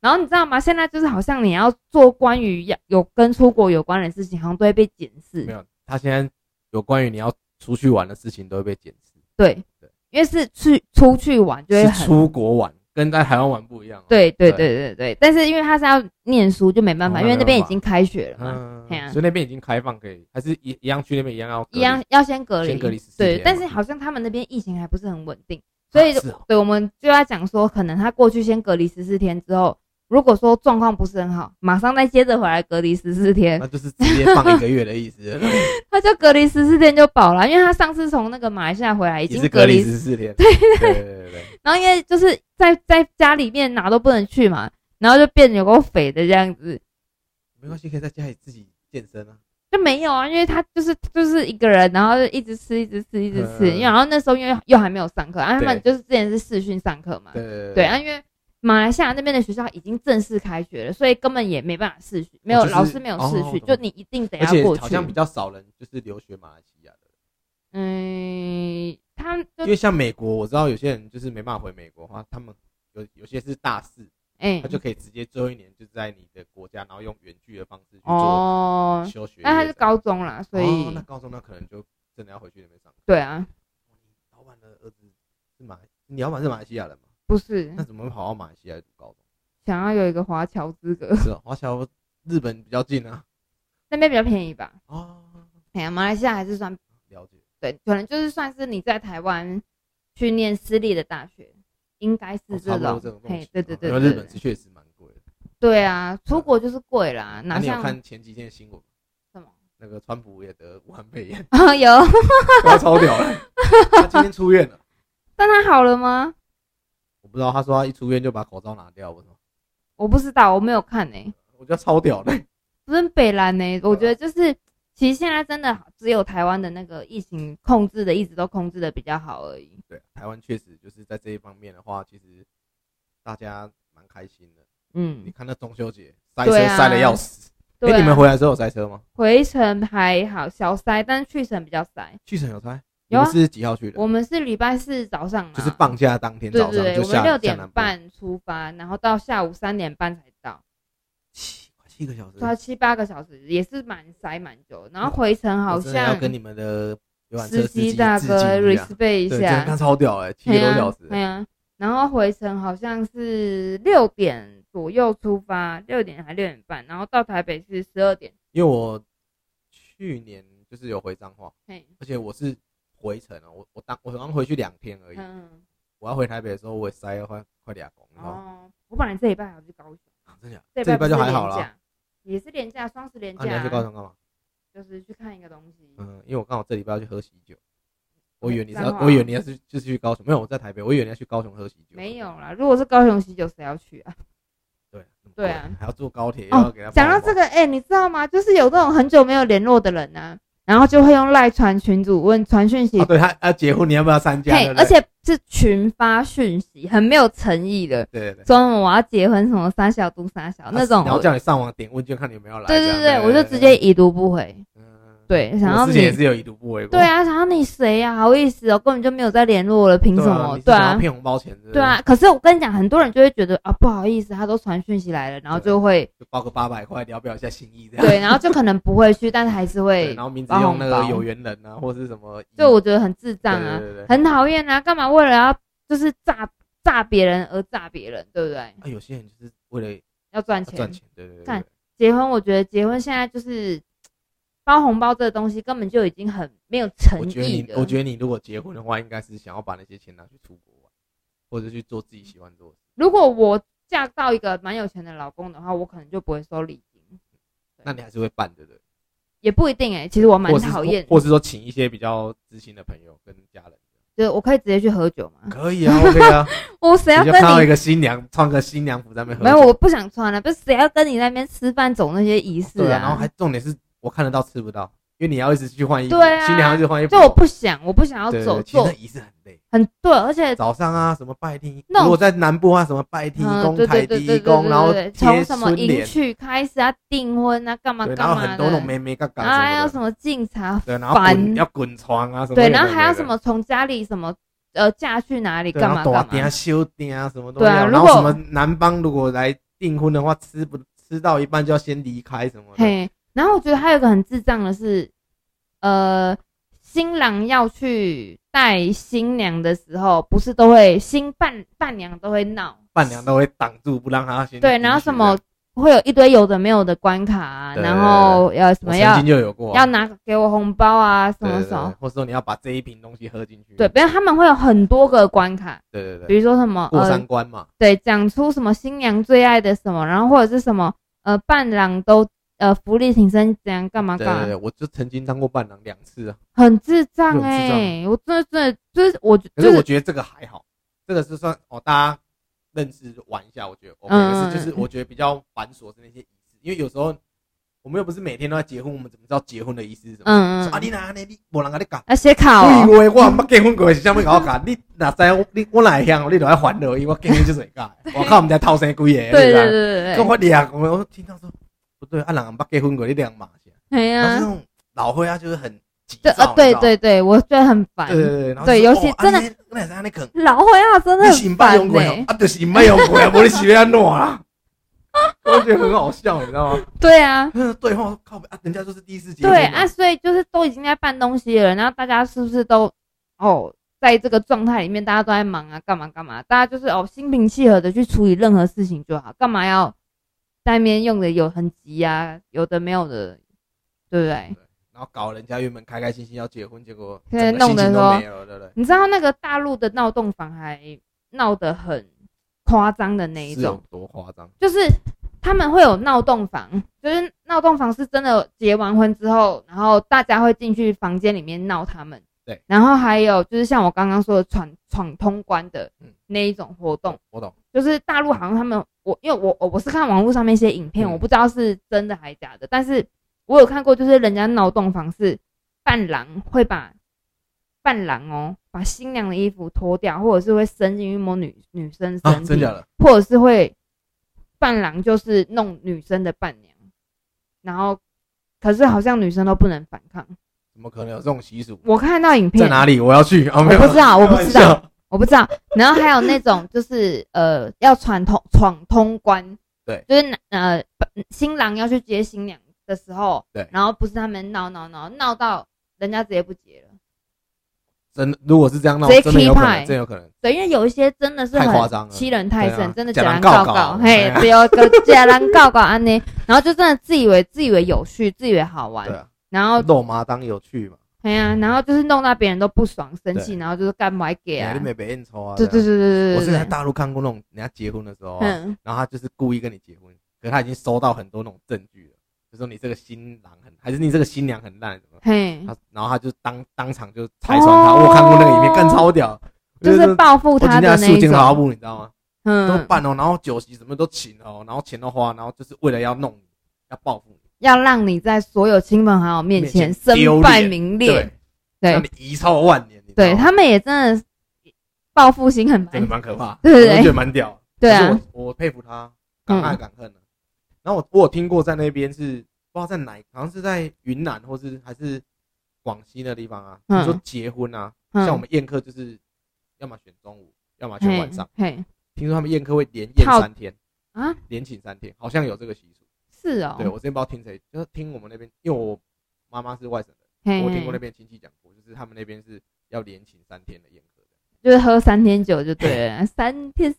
Speaker 2: 然后你知道吗？现在就是好像你要做关于要有跟出国有关的事情，好像都会被检
Speaker 1: 没
Speaker 2: 视。
Speaker 1: 有，他现在有关于你要出去玩的事情都会被检视，
Speaker 2: 对
Speaker 1: 对，
Speaker 2: 因为是去出去玩就会
Speaker 1: 是
Speaker 2: 很
Speaker 1: 出国玩跟在台湾玩不一样哦。
Speaker 2: 对对
Speaker 1: 对
Speaker 2: 对对对。但是因为他是要念书，就没办法，
Speaker 1: 哦
Speaker 2: 因为那
Speaker 1: 那没
Speaker 2: 边
Speaker 1: 办
Speaker 2: 已
Speaker 1: 法
Speaker 2: 经开学了嘛。
Speaker 1: 嗯
Speaker 2: 嘿，啊
Speaker 1: 所以那边已经开放可以，还是一一样去那边一样要隔离
Speaker 2: 一样要先隔离，
Speaker 1: 先隔离14
Speaker 2: 对，
Speaker 1: 天
Speaker 2: 但
Speaker 1: 嘛
Speaker 2: 是好像他们那边疫情还不是很稳定，所以、
Speaker 1: 啊是哦
Speaker 2: 对我们就要讲说，可能他过去先隔离十四天之后，如果说状况不是很好，马上再接着回来隔离十四天
Speaker 1: 那，就是直接放一个月的意思，
Speaker 2: 他就隔离十四天就饱了，因为他上次从那个马来西亚回来已
Speaker 1: 也
Speaker 2: 经
Speaker 1: 是隔离
Speaker 2: 离，
Speaker 1: 十四 天。对对对对。
Speaker 2: 然后因为就是在在家里面哪都不能去嘛，然后就变得有够肥的这样子，
Speaker 1: 没关系，可以在家里自己健身啊。
Speaker 2: 就没有啊，因为他就是就是一个人，然后就一直吃，一直吃，一直吃，
Speaker 1: 嗯
Speaker 2: 因为然后那时候因为又还没有上课，啊，他们
Speaker 1: 对
Speaker 2: 就是之前是视讯上课嘛，
Speaker 1: 对对
Speaker 2: 对啊，因为马来西亚那边的学校已经正式开学了，所以根本也没办法试训，没有、
Speaker 1: 就是
Speaker 2: 老师没有试
Speaker 1: 哦
Speaker 2: 训，
Speaker 1: 懂
Speaker 2: 就你一定得
Speaker 1: 而
Speaker 2: 要
Speaker 1: 且
Speaker 2: 过
Speaker 1: 好像比
Speaker 2: 去。
Speaker 1: 较少人就是留学马来西亚的，
Speaker 2: 嗯，他们就
Speaker 1: 因为像美国，我知道有些人就是没办法回美国的话，他们有有些是大四，
Speaker 2: 哎、
Speaker 1: 他就可以直接最后一年就在你的国家，然后用远距的方式去做
Speaker 2: 哦，
Speaker 1: 休学业这
Speaker 2: 那
Speaker 1: 样。
Speaker 2: 他是高中啦，所以、
Speaker 1: 哦那高中那可能就真的要回去那边上课。哦
Speaker 2: 对啊，
Speaker 1: 老板的儿子是马，你老板是马来西亚人嘛？
Speaker 2: 不是
Speaker 1: 那怎么会跑到马来西亚去读高中？
Speaker 2: 想要有一个华侨资格，
Speaker 1: 是哦，华侨日本比较近啊。
Speaker 2: 那边比较便宜吧？
Speaker 1: 哦，
Speaker 2: 哎呀，马来西亚还是算
Speaker 1: 了解。
Speaker 2: 对，可能就是算是你在台湾去念私立的大学，应该
Speaker 1: 哦
Speaker 2: 是
Speaker 1: 差不
Speaker 2: 这
Speaker 1: 多
Speaker 2: 种
Speaker 1: 这种，东
Speaker 2: 嘿
Speaker 1: 西，
Speaker 2: 对对对
Speaker 1: 因为
Speaker 2: 对
Speaker 1: 日本是
Speaker 2: 对，
Speaker 1: 确实蛮贵的。
Speaker 2: 对啊，出国就是贵啦，
Speaker 1: 嗯那
Speaker 2: 哪
Speaker 1: 你有
Speaker 2: 像
Speaker 1: 看前几天的新闻？
Speaker 2: 什么？，
Speaker 1: 那个川普也得武汉肺炎
Speaker 2: 啊 有。
Speaker 1: 他超屌 了，他今天出院了。
Speaker 2: 但他好了吗？
Speaker 1: 我不知道，他说他一出院就把口罩拿掉，我说
Speaker 2: 我不知道，我没有看诶、
Speaker 1: 我觉得超屌的。
Speaker 2: 不是北兰呢、我
Speaker 1: 啊
Speaker 2: 觉得就是，其实现在真的只有台湾的那个疫情控制的，一直都控制的比较好而已。
Speaker 1: 对，台湾确实就是在这一方面的话，其实大家蛮开心的。你
Speaker 2: 嗯，
Speaker 1: 看那中秋节塞车
Speaker 2: 对啊
Speaker 1: 塞的要死，
Speaker 2: 对、啊
Speaker 1: 哎，你们回来之后有塞车吗？
Speaker 2: 回程还好，小塞，但是去程比较塞。
Speaker 1: 去程有塞？
Speaker 2: 有啊
Speaker 1: 你们是几号去的？
Speaker 2: 我们是礼拜四早上嘛，
Speaker 1: 就是放假当天
Speaker 2: 对
Speaker 1: 早上
Speaker 2: 对对，
Speaker 1: 就
Speaker 2: 我们
Speaker 1: 下
Speaker 2: 六
Speaker 1: 下
Speaker 2: 点
Speaker 1: 南部，
Speaker 2: 半出发，然后到下午三点半才到，
Speaker 1: 七七个小时。
Speaker 2: 抓七八个小时，也是蛮塞蛮久。然后回程
Speaker 1: 啊
Speaker 2: 好
Speaker 1: 我真的要
Speaker 2: 像
Speaker 1: 跟你们的游览车
Speaker 2: 司
Speaker 1: 司机
Speaker 2: 大
Speaker 1: 致
Speaker 2: 哥
Speaker 1: 敬一下
Speaker 2: respect
Speaker 1: 对，
Speaker 2: 一
Speaker 1: 真的
Speaker 2: 下
Speaker 1: 他，超屌哎，七个多小时
Speaker 2: 对。啊，然后回程好像是六点左右出发，六点还六点半，然后到台北是十二点。
Speaker 1: 因为我去年就是有回彰化，
Speaker 2: 嘿，
Speaker 1: 而且我是回程哦，我我当我刚回去两天而已，
Speaker 2: 嗯，
Speaker 1: 我要回台北的时候，我也塞了快快两公，你知道吗？啊
Speaker 2: 哦，我本来这礼拜还要去高雄，
Speaker 1: 真假？
Speaker 2: 这
Speaker 1: 这礼拜
Speaker 2: 不
Speaker 1: 就是还好
Speaker 2: 连
Speaker 1: 啦。
Speaker 2: 假，也是廉价，双十廉
Speaker 1: 那你要
Speaker 2: 价
Speaker 1: 去，高雄干嘛？
Speaker 2: 就是去看一个东西。
Speaker 1: 嗯，因为我刚好这礼拜要去喝喜酒。我以为你是要
Speaker 2: 彰，化
Speaker 1: 我以为你要是就是去高雄，没有，我在台北，我以为你要去高雄喝喜酒。
Speaker 2: 没有啦，如果是高雄喜酒，谁要去啊？
Speaker 1: 对，那么
Speaker 2: 对啊
Speaker 1: 贵还要坐高铁，又要
Speaker 2: 哦
Speaker 1: 给他，
Speaker 2: 讲到
Speaker 1: 包
Speaker 2: 这个，哎、你知道吗？就是有这种很久没有联络的人呢、然后就会用赖传群主问传讯息
Speaker 1: 啊，，对他要结婚，你要不要参加？
Speaker 2: 嘿
Speaker 1: 对，不对
Speaker 2: 而且是群发讯息，很没有诚意的，
Speaker 1: 对对对，
Speaker 2: 说我要结婚什么三小都三小啊那种
Speaker 1: 啊然后
Speaker 2: 我，
Speaker 1: 叫你上网点问卷，看你有没有来。
Speaker 2: 对
Speaker 1: 这
Speaker 2: 对
Speaker 1: 样
Speaker 2: 对，我就直接，已读不回。
Speaker 1: 嗯，
Speaker 2: 对，想
Speaker 1: 我
Speaker 2: 要
Speaker 1: 之前也
Speaker 2: 你，
Speaker 1: 是有已读不回过。
Speaker 2: 对啊，想要你谁呀、好意思哦，根本就没有再联络了，凭
Speaker 1: 对啊，
Speaker 2: 什么
Speaker 1: 你？是
Speaker 2: 对
Speaker 1: 想要
Speaker 2: 啊，
Speaker 1: 骗红包钱，
Speaker 2: 对啊，。可是我跟你讲，很多人就会觉得啊，不好意思，他都传讯息来了，然后 就会
Speaker 1: 就包个八百块，聊表一下心意这样。
Speaker 2: 对，然后就可能不会去，但是还是
Speaker 1: 对，
Speaker 2: 会
Speaker 1: 然，后名字
Speaker 2: 包
Speaker 1: 用那
Speaker 2: 红
Speaker 1: 个
Speaker 2: 包
Speaker 1: 有缘人啊，或是什么，
Speaker 2: 就我觉得很智障啊，
Speaker 1: 对对对对。
Speaker 2: 很讨厌啊，干嘛为了要就是诈诈别人而诈别人，对不对？
Speaker 1: 啊，有些人就是为了
Speaker 2: 要赚
Speaker 1: 要
Speaker 2: 钱，
Speaker 1: 啊赚钱，对对对对
Speaker 2: 干。结婚，我觉得结婚现在就是包红包这个东西根本就已经很没有诚
Speaker 1: 我觉得
Speaker 2: 意
Speaker 1: 你，
Speaker 2: 的。
Speaker 1: 我觉得你如果结婚的话，应该是想要把那些钱拿去出国玩，或者去做自己喜欢做的事。
Speaker 2: 如果我嫁到一个蛮有钱的老公的话，我可能就不会收礼金，
Speaker 1: 那你还是会办，对不对？
Speaker 2: 也不一定哎、其实嗯我蛮
Speaker 1: 或是
Speaker 2: 讨厌，
Speaker 1: 或是说请一些比较知心的朋友跟家人。
Speaker 2: 对我可以直接去喝酒 嘛。
Speaker 1: 可以啊，OK 啊，
Speaker 2: 我谁要
Speaker 1: 你就
Speaker 2: 跟
Speaker 1: 看到一
Speaker 2: 你？
Speaker 1: 个新娘穿个新娘服在那边喝
Speaker 2: 没
Speaker 1: 酒，
Speaker 2: 有，我不想穿啊了。不是谁要跟你那边吃饭走那些仪式
Speaker 1: 对啊，然后还重点是我看得到吃不到，因为你要一直去换衣服，
Speaker 2: 对啊
Speaker 1: 新娘要一直换衣服，
Speaker 2: 就我不想，我不想要
Speaker 1: 对
Speaker 2: 走
Speaker 1: 对其实
Speaker 2: 做
Speaker 1: 那仪式很累，
Speaker 2: 很对，而且
Speaker 1: 早上啊什么拜地，
Speaker 2: 那种
Speaker 1: 如果在南部啊什么拜地
Speaker 2: 嗯，
Speaker 1: 公、
Speaker 2: 对
Speaker 1: 抬
Speaker 2: 对对
Speaker 1: 地
Speaker 2: 对对
Speaker 1: 公，
Speaker 2: 对
Speaker 1: 然后
Speaker 2: 对，
Speaker 1: 贴
Speaker 2: 从什么
Speaker 1: 春
Speaker 2: 迎
Speaker 1: 联，
Speaker 2: 娶开始啊，订婚啊，干嘛
Speaker 1: 对，
Speaker 2: 干
Speaker 1: 然后
Speaker 2: 嘛
Speaker 1: 很多那种
Speaker 2: 的，
Speaker 1: 妹妹嘎嘎
Speaker 2: 然后还有
Speaker 1: 什
Speaker 2: 什
Speaker 1: 么的，
Speaker 2: 么敬茶
Speaker 1: 对，然后滚
Speaker 2: 烦
Speaker 1: 要滚床啊什么的，
Speaker 2: 对，然后还要
Speaker 1: 对
Speaker 2: 什么从家里什么呃嫁去哪里
Speaker 1: 对啊
Speaker 2: 干嘛
Speaker 1: 然后
Speaker 2: 干
Speaker 1: 大
Speaker 2: 嘛
Speaker 1: 鼎，修鼎啊什么都
Speaker 2: 对啊
Speaker 1: 要，
Speaker 2: 如
Speaker 1: 然后
Speaker 2: 果
Speaker 1: 什么男方如果来订婚的话，吃不吃到一半就要先离开什么的，
Speaker 2: 嘿，然后我觉得还有一个很智障的是，呃，新郎要去带新娘的时候，不是都会新伴伴娘都会闹，
Speaker 1: 伴娘都会挡住不让他先
Speaker 2: 对，
Speaker 1: 进
Speaker 2: 然后
Speaker 1: 去
Speaker 2: 什
Speaker 1: 的
Speaker 2: 么会有一堆有的没有的关卡、啊，
Speaker 1: 对
Speaker 2: 然后要什
Speaker 1: 我
Speaker 2: 么
Speaker 1: 曾
Speaker 2: 要
Speaker 1: 经就有过啊，
Speaker 2: 要拿给我红包啊，什
Speaker 1: 对
Speaker 2: 么
Speaker 1: 对
Speaker 2: 什么
Speaker 1: 对，，或者说你要把这一瓶东西喝进去，
Speaker 2: 对，不然他们会有很多个关卡，
Speaker 1: 对对对
Speaker 2: 比如说什么
Speaker 1: 过
Speaker 2: 呃
Speaker 1: 三关嘛，
Speaker 2: 对，讲出什么新娘最爱的什么，然后或者是什么呃伴郎都呃福利挺身怎样干嘛
Speaker 1: 对
Speaker 2: 干嘛，
Speaker 1: 对对，我就曾经当过伴郎两次啊，
Speaker 2: 很智障
Speaker 1: 就很智障
Speaker 2: 哎、我真的真的就是我
Speaker 1: 可
Speaker 2: 就是
Speaker 1: 我
Speaker 2: 是
Speaker 1: 觉得这个还好，这个是算哦，大家认识玩一下，我觉得 OK，
Speaker 2: 嗯
Speaker 1: 可是就是我觉得比较繁琐是那些仪式，因为有时候我们又不是每天都在结婚，我们怎么知道结婚的仪式是什么？
Speaker 2: 嗯
Speaker 1: 说啊，
Speaker 2: 嗯，
Speaker 1: 你哪那你没人跟你搞。
Speaker 2: 啊写卡
Speaker 1: 我
Speaker 2: 哦，
Speaker 1: 以为我没结婚过是啥物搞搞，你哪知我你我哪会晓，你都要烦恼，因为我结婚就是搞， 我靠，我们家偷生鬼个，
Speaker 2: 对对
Speaker 1: 你知道吗跟
Speaker 2: 对对对，
Speaker 1: 我俩，我我听到说不对，啊，人没结婚过，你俩嘛是啊，
Speaker 2: 哎
Speaker 1: 然后是那
Speaker 2: 呀，
Speaker 1: 种老会啊，就是很急
Speaker 2: 这
Speaker 1: 躁，
Speaker 2: 啊对
Speaker 1: 你知
Speaker 2: 对对，我觉得很烦
Speaker 1: 道吗，对对对，然后
Speaker 2: 对
Speaker 1: 就说
Speaker 2: 尤其
Speaker 1: 哦啊
Speaker 2: 真的
Speaker 1: 你那，那也是安尼啃，
Speaker 2: 老会啊真的
Speaker 1: 你是
Speaker 2: 很
Speaker 1: 唔捌
Speaker 2: 烦
Speaker 1: 用过
Speaker 2: 哎、
Speaker 1: 哦，啊，就是唔捌用过啊，无你是要安怎啊？我觉得很好笑，你知道吗？
Speaker 2: 对啊。
Speaker 1: 那对话靠北啊，人家就是第一次结婚嘛，
Speaker 2: 对啊，所以就是都已经在办东西了，然后大家是不是都哦，在这个状态里面，大家都在忙啊，干嘛干嘛，大家就是哦心平气和的去处理任何事情就好，干嘛要在那边用的有很急啊，有的没有的，对不对？
Speaker 1: 然后搞人家原本开开心心要结婚，结果
Speaker 2: 对
Speaker 1: 整个心
Speaker 2: 弄得
Speaker 1: 情都
Speaker 2: 说
Speaker 1: 没有了，对不对？
Speaker 2: 你知道那个大陆的闹洞房还闹得很夸张的那一
Speaker 1: 是有
Speaker 2: 种，
Speaker 1: 多夸张？
Speaker 2: 就是他们会有闹洞房，就是闹洞房是真的结完婚之后，然后大家会进去房间里面闹他们，
Speaker 1: 对，
Speaker 2: 然后还有就是像我刚刚说的闯闯通关的
Speaker 1: 嗯
Speaker 2: 那一种活动，
Speaker 1: 我懂，
Speaker 2: 就是大陆好像他们，我因为我我我是看网络上面一些影片，
Speaker 1: 嗯
Speaker 2: 我不知道是真的还假的，但是我有看过，就是人家闹洞房是伴郎会把伴郎哦把新娘的衣服脱掉，或者是会伸进一摸女女生
Speaker 1: 啊，
Speaker 2: 身
Speaker 1: 真
Speaker 2: 体，
Speaker 1: 假的？
Speaker 2: 或者是会伴郎就是弄女生的伴娘，然后可是好像女生都不能反抗。
Speaker 1: 怎么可能有这种习俗？
Speaker 2: 我看到影片
Speaker 1: 在哪里？我要去啊！没
Speaker 2: 我
Speaker 1: 有，
Speaker 2: 不知道，我不
Speaker 1: 开
Speaker 2: 知
Speaker 1: 玩
Speaker 2: 道，
Speaker 1: 笑。
Speaker 2: 我不知道。然后还有那种就是 呃，要闯通闯通关，
Speaker 1: 对，
Speaker 2: 就是呃，新郎要去接新娘的时候，
Speaker 1: 对
Speaker 2: 然后不是他们闹闹闹闹到人家直接不接了，
Speaker 1: 真如果是这样，那
Speaker 2: 直
Speaker 1: 我
Speaker 2: 接
Speaker 1: 真的有可
Speaker 2: key 派
Speaker 1: 能，真的有可能。
Speaker 2: 对，因为有一些真的是
Speaker 1: 太
Speaker 2: 很
Speaker 1: 夸张了
Speaker 2: 欺人太
Speaker 1: 对
Speaker 2: 甚
Speaker 1: 啊，
Speaker 2: 真的
Speaker 1: 假
Speaker 2: 假
Speaker 1: 狼
Speaker 2: 人
Speaker 1: 告
Speaker 2: 告
Speaker 1: 告
Speaker 2: 告，
Speaker 1: 哎
Speaker 2: 嘿，
Speaker 1: 呀
Speaker 2: 只有个假人告告安呢， 然后就真的自以为自以为有趣，自以为好玩
Speaker 1: 对，啊，
Speaker 2: 然后
Speaker 1: 肉麻当有趣嘛，
Speaker 2: 哎呀，然后就是弄到别人都不爽、生气，
Speaker 1: 对
Speaker 2: 然后就是干嘛给
Speaker 1: 你
Speaker 2: 啊
Speaker 1: 还？没被应酬啊？
Speaker 2: 对对
Speaker 1: 对
Speaker 2: 对对
Speaker 1: 啊。
Speaker 2: 对
Speaker 1: 我
Speaker 2: 对
Speaker 1: 是在
Speaker 2: 对，
Speaker 1: 大陆看过那种人家结婚的时候啊，
Speaker 2: 嗯。
Speaker 1: 然后他就是故意跟你结婚，可是他已经收到很多那种证据了，就说你这个新郎很，还是你这个新娘很烂什么。
Speaker 2: 嘿，
Speaker 1: 他然后他就当当场就拆穿他，我看过那个影片，更超屌，
Speaker 2: 哦就是报复
Speaker 1: 我今
Speaker 2: 他
Speaker 1: 天
Speaker 2: 的
Speaker 1: 在
Speaker 2: 那
Speaker 1: 肃
Speaker 2: 一
Speaker 1: 金桃花
Speaker 2: 种，
Speaker 1: 布，你知道吗？都
Speaker 2: 嗯，
Speaker 1: 办哦，然后酒席什么都请哦，然后钱都花，然后就是为了要弄你，要报复你，
Speaker 2: 要让你在所有亲朋好友面前
Speaker 1: 面前
Speaker 2: 身败名裂
Speaker 1: 对，，让
Speaker 2: 对
Speaker 1: 你遗臭万年。你知道
Speaker 2: 对，
Speaker 1: 吗
Speaker 2: 他们也真的报复心很
Speaker 1: 真的
Speaker 2: 满，
Speaker 1: 蛮可怕，
Speaker 2: 对对对
Speaker 1: 我觉得蛮屌。
Speaker 2: 对啊
Speaker 1: 可是我我佩服他，敢爱
Speaker 2: 嗯
Speaker 1: 敢恨的。啊然后我我有听过在那边是不知道在哪，好像是在云南或是还是广西那地方啊，
Speaker 2: 嗯
Speaker 1: 你说结婚啊，像我
Speaker 2: 嗯，
Speaker 1: 们宴客就是要么选中午，要么选晚上。
Speaker 2: 嘿，
Speaker 1: 听说他们宴客会连宴
Speaker 2: 套
Speaker 1: 三天
Speaker 2: 啊，
Speaker 1: 连请三天，好像有这个习俗。
Speaker 2: 是哦，
Speaker 1: 对我之前不知道听谁，就是听我们那边，因为我妈妈是外省人，
Speaker 2: 嘿，
Speaker 1: 我听过那
Speaker 2: 嘿
Speaker 1: 边亲戚讲过，就是他们那边是要连请三天的宴客的。
Speaker 2: 就是喝三天酒就对了，三天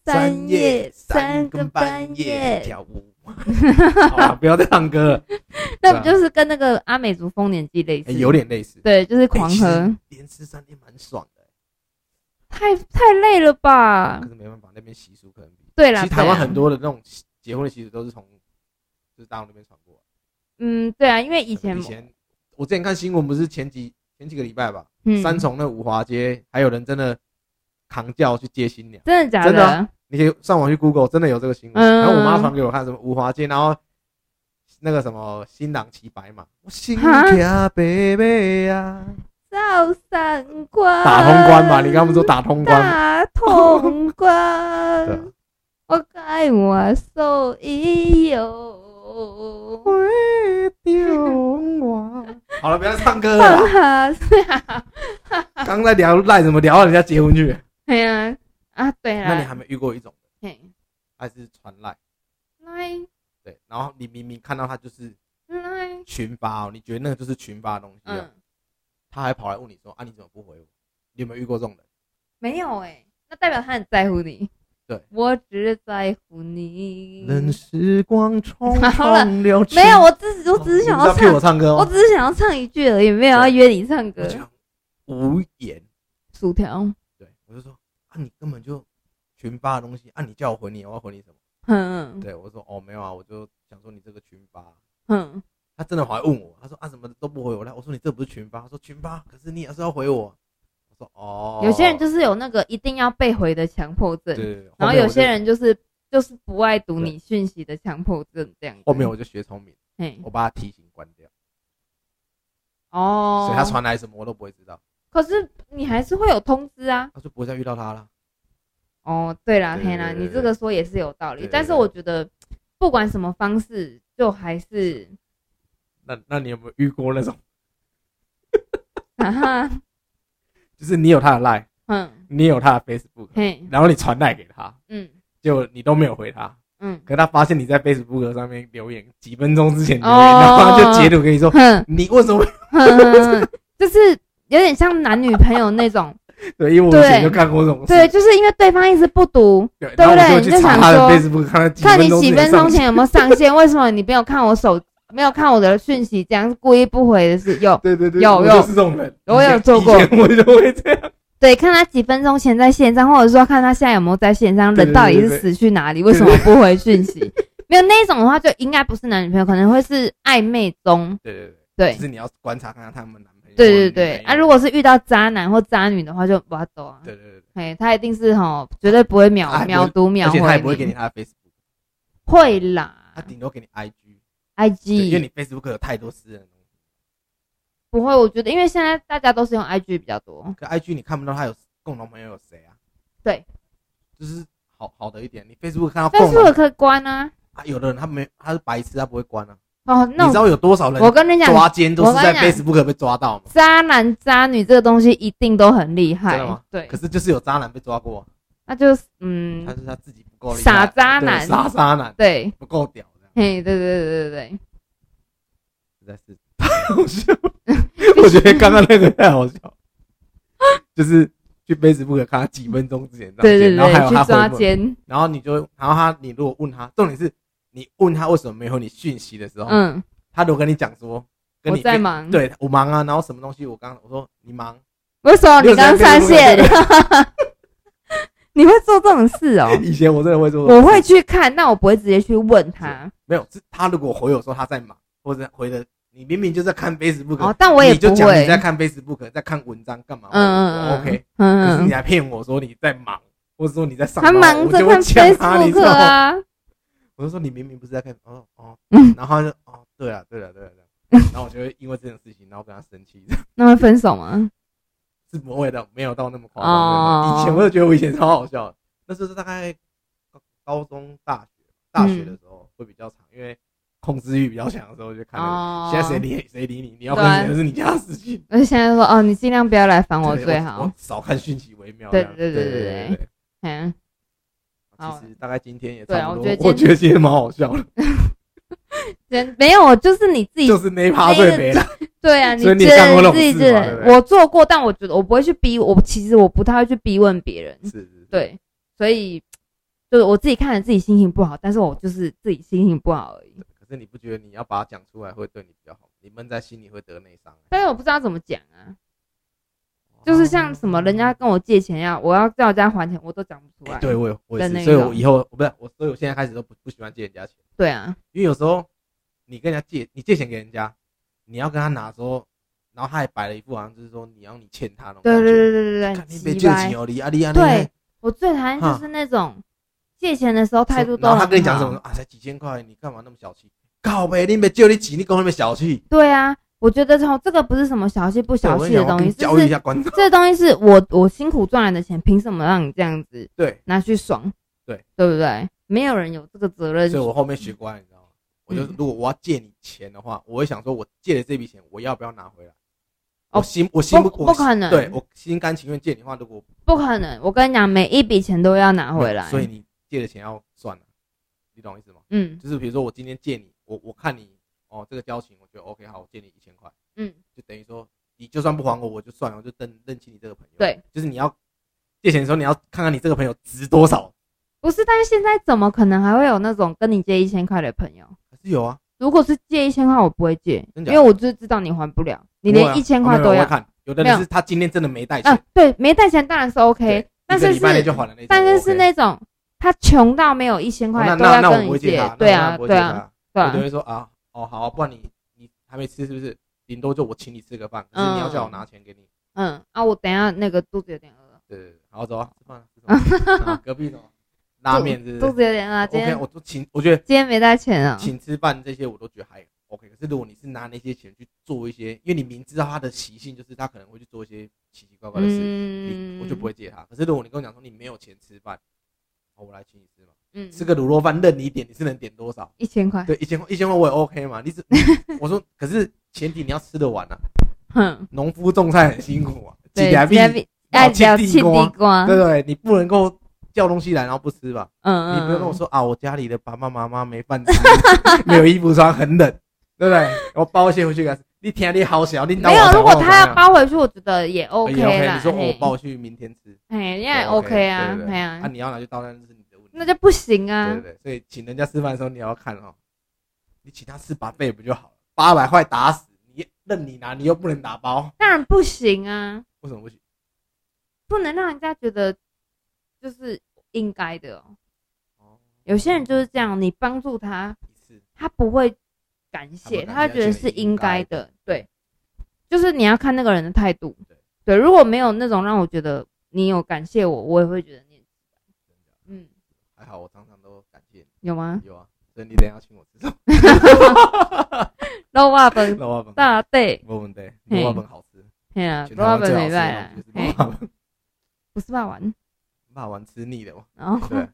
Speaker 2: 夜三个半夜，
Speaker 1: 跳舞，好啊 啦不要再唱歌了，
Speaker 2: 那不就是跟那个阿美族丰年祭类
Speaker 1: 哎
Speaker 2: 似？
Speaker 1: 有，点类似。
Speaker 2: 对，就是
Speaker 1: 哎
Speaker 2: 狂
Speaker 1: 其实
Speaker 2: 喝，
Speaker 1: 连吃三天蛮爽的，
Speaker 2: 太太累了吧
Speaker 1: 可？是没办法，那边习俗可能比。
Speaker 2: 啊对啊
Speaker 1: 其
Speaker 2: 啦，
Speaker 1: 实台湾
Speaker 2: 对啦
Speaker 1: 很多的那种结婚的习俗都是从就是大陆那边传过来。
Speaker 2: 嗯，对啊，因为以前
Speaker 1: 以前我之前看新闻，不是前几前几个礼拜吧，
Speaker 2: 嗯
Speaker 1: 三重那五华街还有人真的扛轿去接新娘。
Speaker 2: 真的假
Speaker 1: 真的啊你可以上网去 Google，真的有这个新闻。
Speaker 2: 嗯
Speaker 1: 然后我妈传给我看，什么五华街，然后那个什么新郎骑白马，我心
Speaker 2: 哈
Speaker 1: 跳贝贝呀，
Speaker 2: 赵三关，
Speaker 1: 啊打通关吧？你刚刚不是说打通关？
Speaker 2: 打通
Speaker 1: 对啊
Speaker 2: 关，我该我手已有。
Speaker 1: 好了，不要唱歌了
Speaker 2: 放
Speaker 1: 啦。
Speaker 2: 下 是啊，
Speaker 1: 刚刚在聊赖怎么聊到人家结婚去？
Speaker 2: 哎呀啊，对
Speaker 1: 那你
Speaker 2: 了
Speaker 1: 还，没遇过一种，
Speaker 2: 嘿
Speaker 1: 还是传赖？
Speaker 2: 来
Speaker 1: 对，然后你明明看到他就是
Speaker 2: 来，
Speaker 1: 群发哦，你觉得那个就是群发的东西哦
Speaker 2: 嗯，，
Speaker 1: 他还跑来问你说啊你怎么不回我？你有没有遇过这种人？
Speaker 2: 没有哎，那代表他很在乎你。
Speaker 1: 对，
Speaker 2: 我只在乎你。
Speaker 1: 任时 光匆
Speaker 2: 好了
Speaker 1: 匆流逝。
Speaker 2: 没有，我只是我只是想要
Speaker 1: 哦你不是
Speaker 2: 唱
Speaker 1: 骗我，唱歌
Speaker 2: 我
Speaker 1: 吗？
Speaker 2: 只是想要唱一句而已，没有要约你唱歌
Speaker 1: 我。讲无言，
Speaker 2: 薯条，
Speaker 1: 对我就说啊，你根本就群发的东西啊，你叫我回你，我要回你什么？
Speaker 2: 嗯
Speaker 1: 对我说哦，没有啊，我就想说你这个群发，
Speaker 2: 嗯，
Speaker 1: 他真的跑来问我，他说啊，怎么都不回我来？我说你这不是群发，他说群发，可是你也是要回我。我说哦，
Speaker 2: 有些人就是有那个一定要被回的强迫症，
Speaker 1: 对，
Speaker 2: 然后
Speaker 1: 面我
Speaker 2: 有
Speaker 1: 就
Speaker 2: 些人就是就是不爱读你讯息的强迫症这样子。
Speaker 1: 后面我就学聪明，
Speaker 2: 嘿
Speaker 1: 我把他提醒关掉，
Speaker 2: 哦
Speaker 1: 所以，他传来什么我都不会知道，
Speaker 2: 可是你还是会有通知啊。
Speaker 1: 他就不会再遇到他了。
Speaker 2: 哦，对啦，
Speaker 1: 对
Speaker 2: 嘿啦，
Speaker 1: 对对
Speaker 2: 你这个说也是有道理
Speaker 1: 对，
Speaker 2: 但是我觉得不管什么方式，就还是
Speaker 1: 那那你有没有遇过那种，
Speaker 2: 哈哈，
Speaker 1: 就是你有他的 Line，
Speaker 2: 嗯，
Speaker 1: 你有他的 Facebook，
Speaker 2: 嘿，
Speaker 1: 然后你传赖给他，
Speaker 2: 嗯
Speaker 1: 结果你都没有回他，
Speaker 2: 嗯，
Speaker 1: 可是他发现你在 Facebook 上面留言，几分钟之前留言，
Speaker 2: 哦
Speaker 1: 然后他就截图跟你说，
Speaker 2: 哼
Speaker 1: 你为什么
Speaker 2: 哼， 就是有点像男女朋友那种，
Speaker 1: 对？因为我以前就干过这种事，
Speaker 2: 对，就是因为对方一直不读，
Speaker 1: 对，
Speaker 2: 对
Speaker 1: 然
Speaker 2: 不对
Speaker 1: 后我就去查他的
Speaker 2: 你就
Speaker 1: Facebook，看他几
Speaker 2: 看
Speaker 1: 分
Speaker 2: 你
Speaker 1: 钟
Speaker 2: 几
Speaker 1: 之
Speaker 2: 分
Speaker 1: 前
Speaker 2: 钟
Speaker 1: 上
Speaker 2: 前有没有上线？为什么你没有看我手，没有看我的讯息？这样是故意不回的是有
Speaker 1: 对对对，
Speaker 2: 有
Speaker 1: 我
Speaker 2: 有
Speaker 1: 就是这种人，
Speaker 2: 我有做过
Speaker 1: 以前我就会这样，
Speaker 2: 对，看他几分钟前在线上，或者说看他现在有没有在线上，
Speaker 1: 对
Speaker 2: 人到底
Speaker 1: 对
Speaker 2: 是
Speaker 1: 对
Speaker 2: 死去哪里？为什么不回 讯息？没有那种的话，就应该不是男女朋友，可能会是暧昧中。
Speaker 1: 对对对，
Speaker 2: 对
Speaker 1: 就是你要观察看看他们男朋友
Speaker 2: 对对对，啊，如果是遇到渣男或渣女的话，就不要抖啊。
Speaker 1: 对对对
Speaker 2: 哎，他一定是吼，绝对不会秒
Speaker 1: 他还不会
Speaker 2: 秒读
Speaker 1: 对，
Speaker 2: 秒
Speaker 1: 而且他也不会
Speaker 2: 回
Speaker 1: 给你
Speaker 2: 你，
Speaker 1: 他的 Facebook，
Speaker 2: 会啦
Speaker 1: 他顶多给你 IG，
Speaker 2: 嗯
Speaker 1: 对因为
Speaker 2: ，IG
Speaker 1: 你 Facebook 有太多私人的东西，
Speaker 2: 不会，我觉得因为现在大家都是用 IG 比较多，
Speaker 1: 可 IG 你看不到他有共同朋友有谁啊？
Speaker 2: 对，
Speaker 1: 就是好好的一点，你 Facebook 看到
Speaker 2: 但
Speaker 1: 共
Speaker 2: 是
Speaker 1: 同
Speaker 2: 我可以关啊。
Speaker 1: 啊，有的人他没他是白痴，他不会关啊。
Speaker 2: 哦，
Speaker 1: 你
Speaker 2: 那
Speaker 1: 知
Speaker 2: 我
Speaker 1: 道有多少人
Speaker 2: 我跟你讲，
Speaker 1: 抓奸都是在
Speaker 2: 我跟你
Speaker 1: Facebook 被抓到吗？
Speaker 2: 渣男渣女这个东西一定都很厉害
Speaker 1: 真的吗，
Speaker 2: 对
Speaker 1: 可，是就是有渣男被抓过啊，
Speaker 2: 那就是嗯
Speaker 1: 他，是他自己不够厉害，
Speaker 2: 傻渣男
Speaker 1: 对傻渣男
Speaker 2: 对，
Speaker 1: 不够屌，这样
Speaker 2: 嘿，对对对对对，
Speaker 1: 实在是太好笑了。 我觉得刚刚那个太好笑，就是去 Facebook 看他几分钟之前这样
Speaker 2: 对
Speaker 1: 剪
Speaker 2: 对
Speaker 1: 然后还
Speaker 2: 对，
Speaker 1: 有他
Speaker 2: 去抓
Speaker 1: 回复，
Speaker 2: 奸，
Speaker 1: 然后你就然后他你如果问他，重点是你问他为什么没有你讯息的时候，
Speaker 2: 嗯，
Speaker 1: 他如果跟你讲说哦跟
Speaker 2: 我
Speaker 1: 你
Speaker 2: 在忙，，
Speaker 1: 对我忙啊，然后什么东西我刚我说你忙，
Speaker 2: 为什么你刚上线
Speaker 1: 对？
Speaker 2: 你会做这种 事哦？
Speaker 1: 哎以前我真的会说
Speaker 2: 我会去看，但我不会直接去问他。
Speaker 1: 没有，是他如果回我说他在忙，或者回的你明明就在看 Facebook，、
Speaker 2: 哦，但我也
Speaker 1: 你就
Speaker 2: 不
Speaker 1: 讲
Speaker 2: 会。
Speaker 1: 你在看 Facebook，在看文章干嘛？
Speaker 2: 嗯嗯嗯
Speaker 1: 我 OK，、可是
Speaker 2: 嗯
Speaker 1: 你
Speaker 2: 嗯，
Speaker 1: 还骗我说你在忙，或者说你在上
Speaker 2: 他
Speaker 1: 班，
Speaker 2: 忙
Speaker 1: 我
Speaker 2: 着
Speaker 1: 就会
Speaker 2: 看
Speaker 1: 呛他，你知
Speaker 2: Facebook
Speaker 1: 道吗？
Speaker 2: 啊，
Speaker 1: 我就说你明明不是在看，哦 哦
Speaker 2: 嗯，
Speaker 1: 然后他就哦，对啊对啊 对啊对啊，然后我就会因为这种事情，然后跟他生气，
Speaker 2: 那会分手吗？
Speaker 1: 是不会的，没有到那么夸张。
Speaker 2: 哦
Speaker 1: 以前我就觉得我以前超好笑的，那就是大概高高中、大学、大学的时候会比较长，因为控制欲比较强的时候就看那个。
Speaker 2: 哦，
Speaker 1: 现在谁理谁理你？你要
Speaker 2: 对
Speaker 1: 分
Speaker 2: 啊
Speaker 1: 手是你家的事情。
Speaker 2: 而且现在就说哦，你尽量不要来烦我
Speaker 1: 对
Speaker 2: 最
Speaker 1: 我
Speaker 2: 好。
Speaker 1: 少看讯息为妙。
Speaker 2: 对
Speaker 1: 这样
Speaker 2: 对
Speaker 1: 对
Speaker 2: 对对对
Speaker 1: 对。
Speaker 2: 嗯，好
Speaker 1: 其实大概今天也
Speaker 2: 对啊
Speaker 1: 差不
Speaker 2: 我觉得今
Speaker 1: 多，我
Speaker 2: 天
Speaker 1: 觉得今天蛮好笑的，
Speaker 2: 人没有，就是你自己
Speaker 1: 就是那一趴最没了。
Speaker 2: 对啊，你
Speaker 1: 所以你也
Speaker 2: 觉
Speaker 1: 干过那
Speaker 2: 得
Speaker 1: 种
Speaker 2: 自己
Speaker 1: 事
Speaker 2: 觉
Speaker 1: 嘛
Speaker 2: 得
Speaker 1: 对不对
Speaker 2: 我做过，但我觉得我不会去逼我，其实我不太会去逼问别人。
Speaker 1: 是是，是，
Speaker 2: 对，所以就是我自己看着自己心情不好，但是我就是自己心情不好而已。
Speaker 1: 可是你不觉得你要把它讲出来会对你比较好？你闷在心里会得内伤。哎
Speaker 2: 但是我不知道怎么讲啊，就是像什么人家跟我借钱要，我要叫人家还钱，我都讲不出来。
Speaker 1: 哎对我有我也
Speaker 2: 的
Speaker 1: 是，
Speaker 2: 那
Speaker 1: 所以
Speaker 2: 种
Speaker 1: 我以后不是我，所以我现在开始都不不喜欢借人家钱，
Speaker 2: 对啊，
Speaker 1: 因为有时候你跟人家借，你借钱给人家，你要跟他拿的时候，然后他还摆了一副好像就是说你要你欠他那种
Speaker 2: 对
Speaker 1: 感觉。
Speaker 2: 对对对对对，
Speaker 1: 看
Speaker 2: 很
Speaker 1: 你被
Speaker 2: 奇
Speaker 1: 借
Speaker 2: 怪
Speaker 1: 钱。哦，你啊你啊你啊
Speaker 2: 对，我最讨厌就是那种借钱的时候态度都
Speaker 1: 然
Speaker 2: 很
Speaker 1: 后
Speaker 2: 好。
Speaker 1: 他跟你讲什么啊？才几千块，你干嘛那么小气？靠呗，你没借你几，你跟我那么小气，
Speaker 2: 对啊，我觉得从这个不是什么小气不小气的东西，
Speaker 1: 教
Speaker 2: 就
Speaker 1: 育一
Speaker 2: 是
Speaker 1: 下观 众。
Speaker 2: 这东西是我我辛苦赚来的钱，凭什么让你这样子
Speaker 1: 对，
Speaker 2: 拿去爽？
Speaker 1: 对，
Speaker 2: 对不对？没有人有这个责任
Speaker 1: 所以。我后面学乖，你知道吗？我就
Speaker 2: 嗯
Speaker 1: 如果我要借你钱的话，我会想说，我借的这笔钱，我要不要拿回来？
Speaker 2: 哦
Speaker 1: 我心我心
Speaker 2: 不
Speaker 1: 我
Speaker 2: 不可能，
Speaker 1: 对我心甘情愿借你的话，如果
Speaker 2: 不可能。我跟你讲，每一笔钱都要拿回来。
Speaker 1: 所以你借的钱要算了，你懂我意思吗？
Speaker 2: 嗯
Speaker 1: 就是比如说我今天借你，我我看你哦这个交情，我觉得 OK 好，我借你一千块，
Speaker 2: 嗯，
Speaker 1: 就等于说你就算不还我，我就算了，我就认认清你这个朋友。
Speaker 2: 对，
Speaker 1: 就是你要借钱的时候，你要看看你这个朋友值多少。
Speaker 2: 不是，但是现在怎么可能还会有那种跟你借一千块的朋友？
Speaker 1: 还是有啊，
Speaker 2: 如果是借一千块，我不会借，
Speaker 1: 真
Speaker 2: 因
Speaker 1: 假的
Speaker 2: 为我就是知道你还不了，你
Speaker 1: 不会
Speaker 2: 连
Speaker 1: 啊
Speaker 2: 一千
Speaker 1: 我
Speaker 2: 块
Speaker 1: 没有
Speaker 2: 都
Speaker 1: 我
Speaker 2: 要
Speaker 1: 会。看，有的人
Speaker 2: 没有
Speaker 1: 是他今天真的没带
Speaker 2: 啊
Speaker 1: 钱，，
Speaker 2: 对，没带钱当然是 OK，
Speaker 1: 对
Speaker 2: 但
Speaker 1: 一
Speaker 2: 是，
Speaker 1: 个礼拜内就是还了那种。
Speaker 2: 但是是
Speaker 1: 我 OK
Speaker 2: 那种他穷到没有一千
Speaker 1: 哦
Speaker 2: 块
Speaker 1: 那
Speaker 2: 都
Speaker 1: 那
Speaker 2: 要
Speaker 1: 那我
Speaker 2: 跟
Speaker 1: 不
Speaker 2: 你
Speaker 1: 会借
Speaker 2: 借
Speaker 1: 他，，
Speaker 2: 对
Speaker 1: 那我当然
Speaker 2: 啊，
Speaker 1: 不会借
Speaker 2: 对
Speaker 1: 他，
Speaker 2: 啊，
Speaker 1: 我就
Speaker 2: 对啊，
Speaker 1: 会说啊，哦好啊，不然你你还没吃是不是？顶多就我请你吃个饭，可是
Speaker 2: 嗯
Speaker 1: 你要叫我拿钱给你。
Speaker 2: 嗯啊，我等一下那个肚子有点饿，
Speaker 1: 对对对，好走啊，吃饭啊吃饭啊啊，隔壁什么 拉面是不
Speaker 2: 肚
Speaker 1: 是
Speaker 2: 子有点饿，啊今
Speaker 1: OK，
Speaker 2: 天
Speaker 1: 我都请，我觉得
Speaker 2: 今天没带钱啊，
Speaker 1: 请吃饭这些我都觉得还 OK。可是如果你是拿那些钱去做一些，因为你明知道他的习性就是他可能会去做一些奇奇怪怪的事，你
Speaker 2: 嗯，
Speaker 1: 我就不会借他。可是如果你跟我讲说你没有钱吃饭，哦我来请你吃嘛，
Speaker 2: 嗯
Speaker 1: 吃个卤肉饭任你点，你是能点多少？
Speaker 2: 一千块，
Speaker 1: 对，一千块一千块我也 OK 嘛。你只 我说，可是前提你要吃得完啊。
Speaker 2: 哼，
Speaker 1: 农夫种菜很辛苦啊，几哦
Speaker 2: 对，
Speaker 1: 两币，
Speaker 2: 加币，哎，
Speaker 1: 老
Speaker 2: 聊
Speaker 1: 吃
Speaker 2: 气
Speaker 1: 地瓜
Speaker 2: 地，瓜，
Speaker 1: 啊对不对？你不能够叫东西来然后不吃吧？
Speaker 2: 嗯，
Speaker 1: 你不要跟我
Speaker 2: 嗯，
Speaker 1: 说啊，我家里的爸爸妈妈没 饭吃，没有衣服穿，很冷，对不对？我包一些回去给他吃。你天啊，你好小，你
Speaker 2: 没有，如果他要包回去，我觉得也 OK 啦，
Speaker 1: 哎你说哦我
Speaker 2: 嘿
Speaker 1: 包去明天吃，
Speaker 2: 哎，也
Speaker 1: 对
Speaker 2: OK 啊
Speaker 1: 对，对
Speaker 2: 哎
Speaker 1: 啊，
Speaker 2: 呀，
Speaker 1: 你要拿去到那就是你的问题。
Speaker 2: 那就不行
Speaker 1: 对
Speaker 2: 啊
Speaker 1: 对，对，所以请人家吃饭的时候你要看哦，你请他吃把费不就好了？八百块打死你，任你拿，你又不能打包，
Speaker 2: 当然不行啊，
Speaker 1: 为什么不行？
Speaker 2: 不能让人家觉得就是应该的、哦。有些人就是这样，你帮助他，
Speaker 1: 一次，
Speaker 2: 他不会感谢，
Speaker 1: 他
Speaker 2: 他
Speaker 1: 不感谢
Speaker 2: 会觉得是应该的。对，就是你要看那个人的态度
Speaker 1: 对。
Speaker 2: 对，如果没有那种让我觉得你有感谢我，我也会觉得你嗯
Speaker 1: 还好我常常都感谢
Speaker 2: 有吗
Speaker 1: 你，？有啊，所以你等一下请我吃饭，
Speaker 2: 肉瓦本
Speaker 1: 肉花粉，
Speaker 2: 大对，
Speaker 1: 我们对
Speaker 2: 嘿
Speaker 1: 肉花粉好吃，
Speaker 2: 嘿啊，
Speaker 1: 全
Speaker 2: 肉
Speaker 1: 台
Speaker 2: 瓦
Speaker 1: 湾
Speaker 2: 本
Speaker 1: 最好吃
Speaker 2: 没败
Speaker 1: 的东
Speaker 2: 啦
Speaker 1: 西，就是
Speaker 2: 嘿
Speaker 1: 肉，花粉，
Speaker 2: 不是霸王，哦
Speaker 1: 霸王吃腻了嘛，
Speaker 2: 然后
Speaker 1: 对，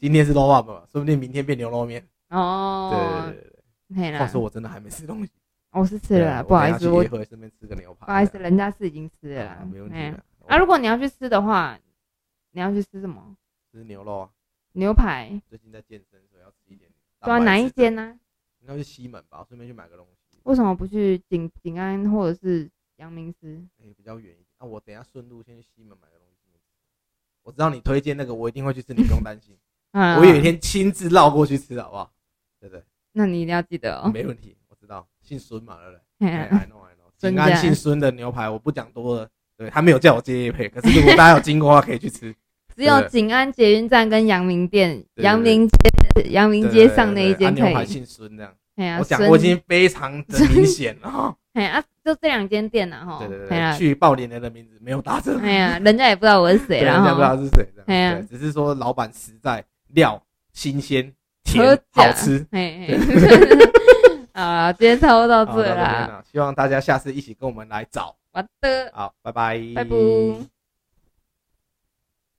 Speaker 1: 今天是肉花粉嘛，说不定明天变牛肉面，对
Speaker 2: 哦
Speaker 1: 对，对对
Speaker 2: 嘿
Speaker 1: 对，话
Speaker 2: 啦，
Speaker 1: 说我真的还没吃东西，
Speaker 2: 我是吃了
Speaker 1: 对
Speaker 2: 啦，
Speaker 1: 啊
Speaker 2: 不好意思，
Speaker 1: 我等一下
Speaker 2: 我
Speaker 1: 去约会顺便吃个牛排，
Speaker 2: 不好意思，
Speaker 1: 对啊
Speaker 2: 人家是已经吃了啦
Speaker 1: 啊，没问题
Speaker 2: 嘿啊
Speaker 1: 的，
Speaker 2: 啊，
Speaker 1: 我
Speaker 2: 如果你要去吃的话，你要去吃什么？
Speaker 1: 吃牛肉啊，
Speaker 2: 牛排，
Speaker 1: 最近在健身，所以要吃一点，
Speaker 2: 对啊，哪一间？呢、
Speaker 1: 应该是西门吧，我顺便去买个东西。
Speaker 2: 为什么不去景景安或者是阳明寺？
Speaker 1: 哎、比较远一点。那、我等一下顺路先去西门买个东西。我知道你推荐那个，我一定会去吃，你不用担心。
Speaker 2: 啊
Speaker 1: 我有一，天亲自绕过去吃，好不好？对不对？
Speaker 2: 那你一定要记得哦。
Speaker 1: 没问题，我知道。姓孙嘛， 对不对？
Speaker 2: 嘿
Speaker 1: 哎
Speaker 2: 啊，
Speaker 1: ，I know I know。
Speaker 2: 真
Speaker 1: 景
Speaker 2: 的
Speaker 1: 安姓孙的牛排，我不讲多了。对他没有叫我接夜配，可是如果大家有经过的话，可以去吃。
Speaker 2: 只有景安捷运站跟阳明店、
Speaker 1: 对对对
Speaker 2: 阳明街、阳明街上那
Speaker 1: 对对
Speaker 2: 一
Speaker 1: 对对啊
Speaker 2: 间可
Speaker 1: 牛排
Speaker 2: 以。
Speaker 1: 姓孙这样，
Speaker 2: 哎呀，
Speaker 1: 我讲
Speaker 2: 孙
Speaker 1: 过已经非常的明显了 哈。
Speaker 2: 哎啊，就这两间店啦哈。
Speaker 1: 对对
Speaker 2: 哎
Speaker 1: 对，
Speaker 2: 呀，
Speaker 1: 去报脸人的名字没有打折。
Speaker 2: 哎呀，人家也不知道我是谁
Speaker 1: 对，哎
Speaker 2: 啦
Speaker 1: 人家不知
Speaker 2: 哈。
Speaker 1: 道是谁这样。
Speaker 2: 嘿啊
Speaker 1: 对，只是说老板实在，料新鲜、
Speaker 2: 喝
Speaker 1: 甜、
Speaker 2: 假
Speaker 1: 好吃。
Speaker 2: 嘿嘿， 啊，今天差不多到
Speaker 1: 好到
Speaker 2: 这
Speaker 1: 这边
Speaker 2: 啦，
Speaker 1: 了希望大家下次一起跟我们来找。
Speaker 2: 好的，
Speaker 1: 好，拜拜，
Speaker 2: 拜拜。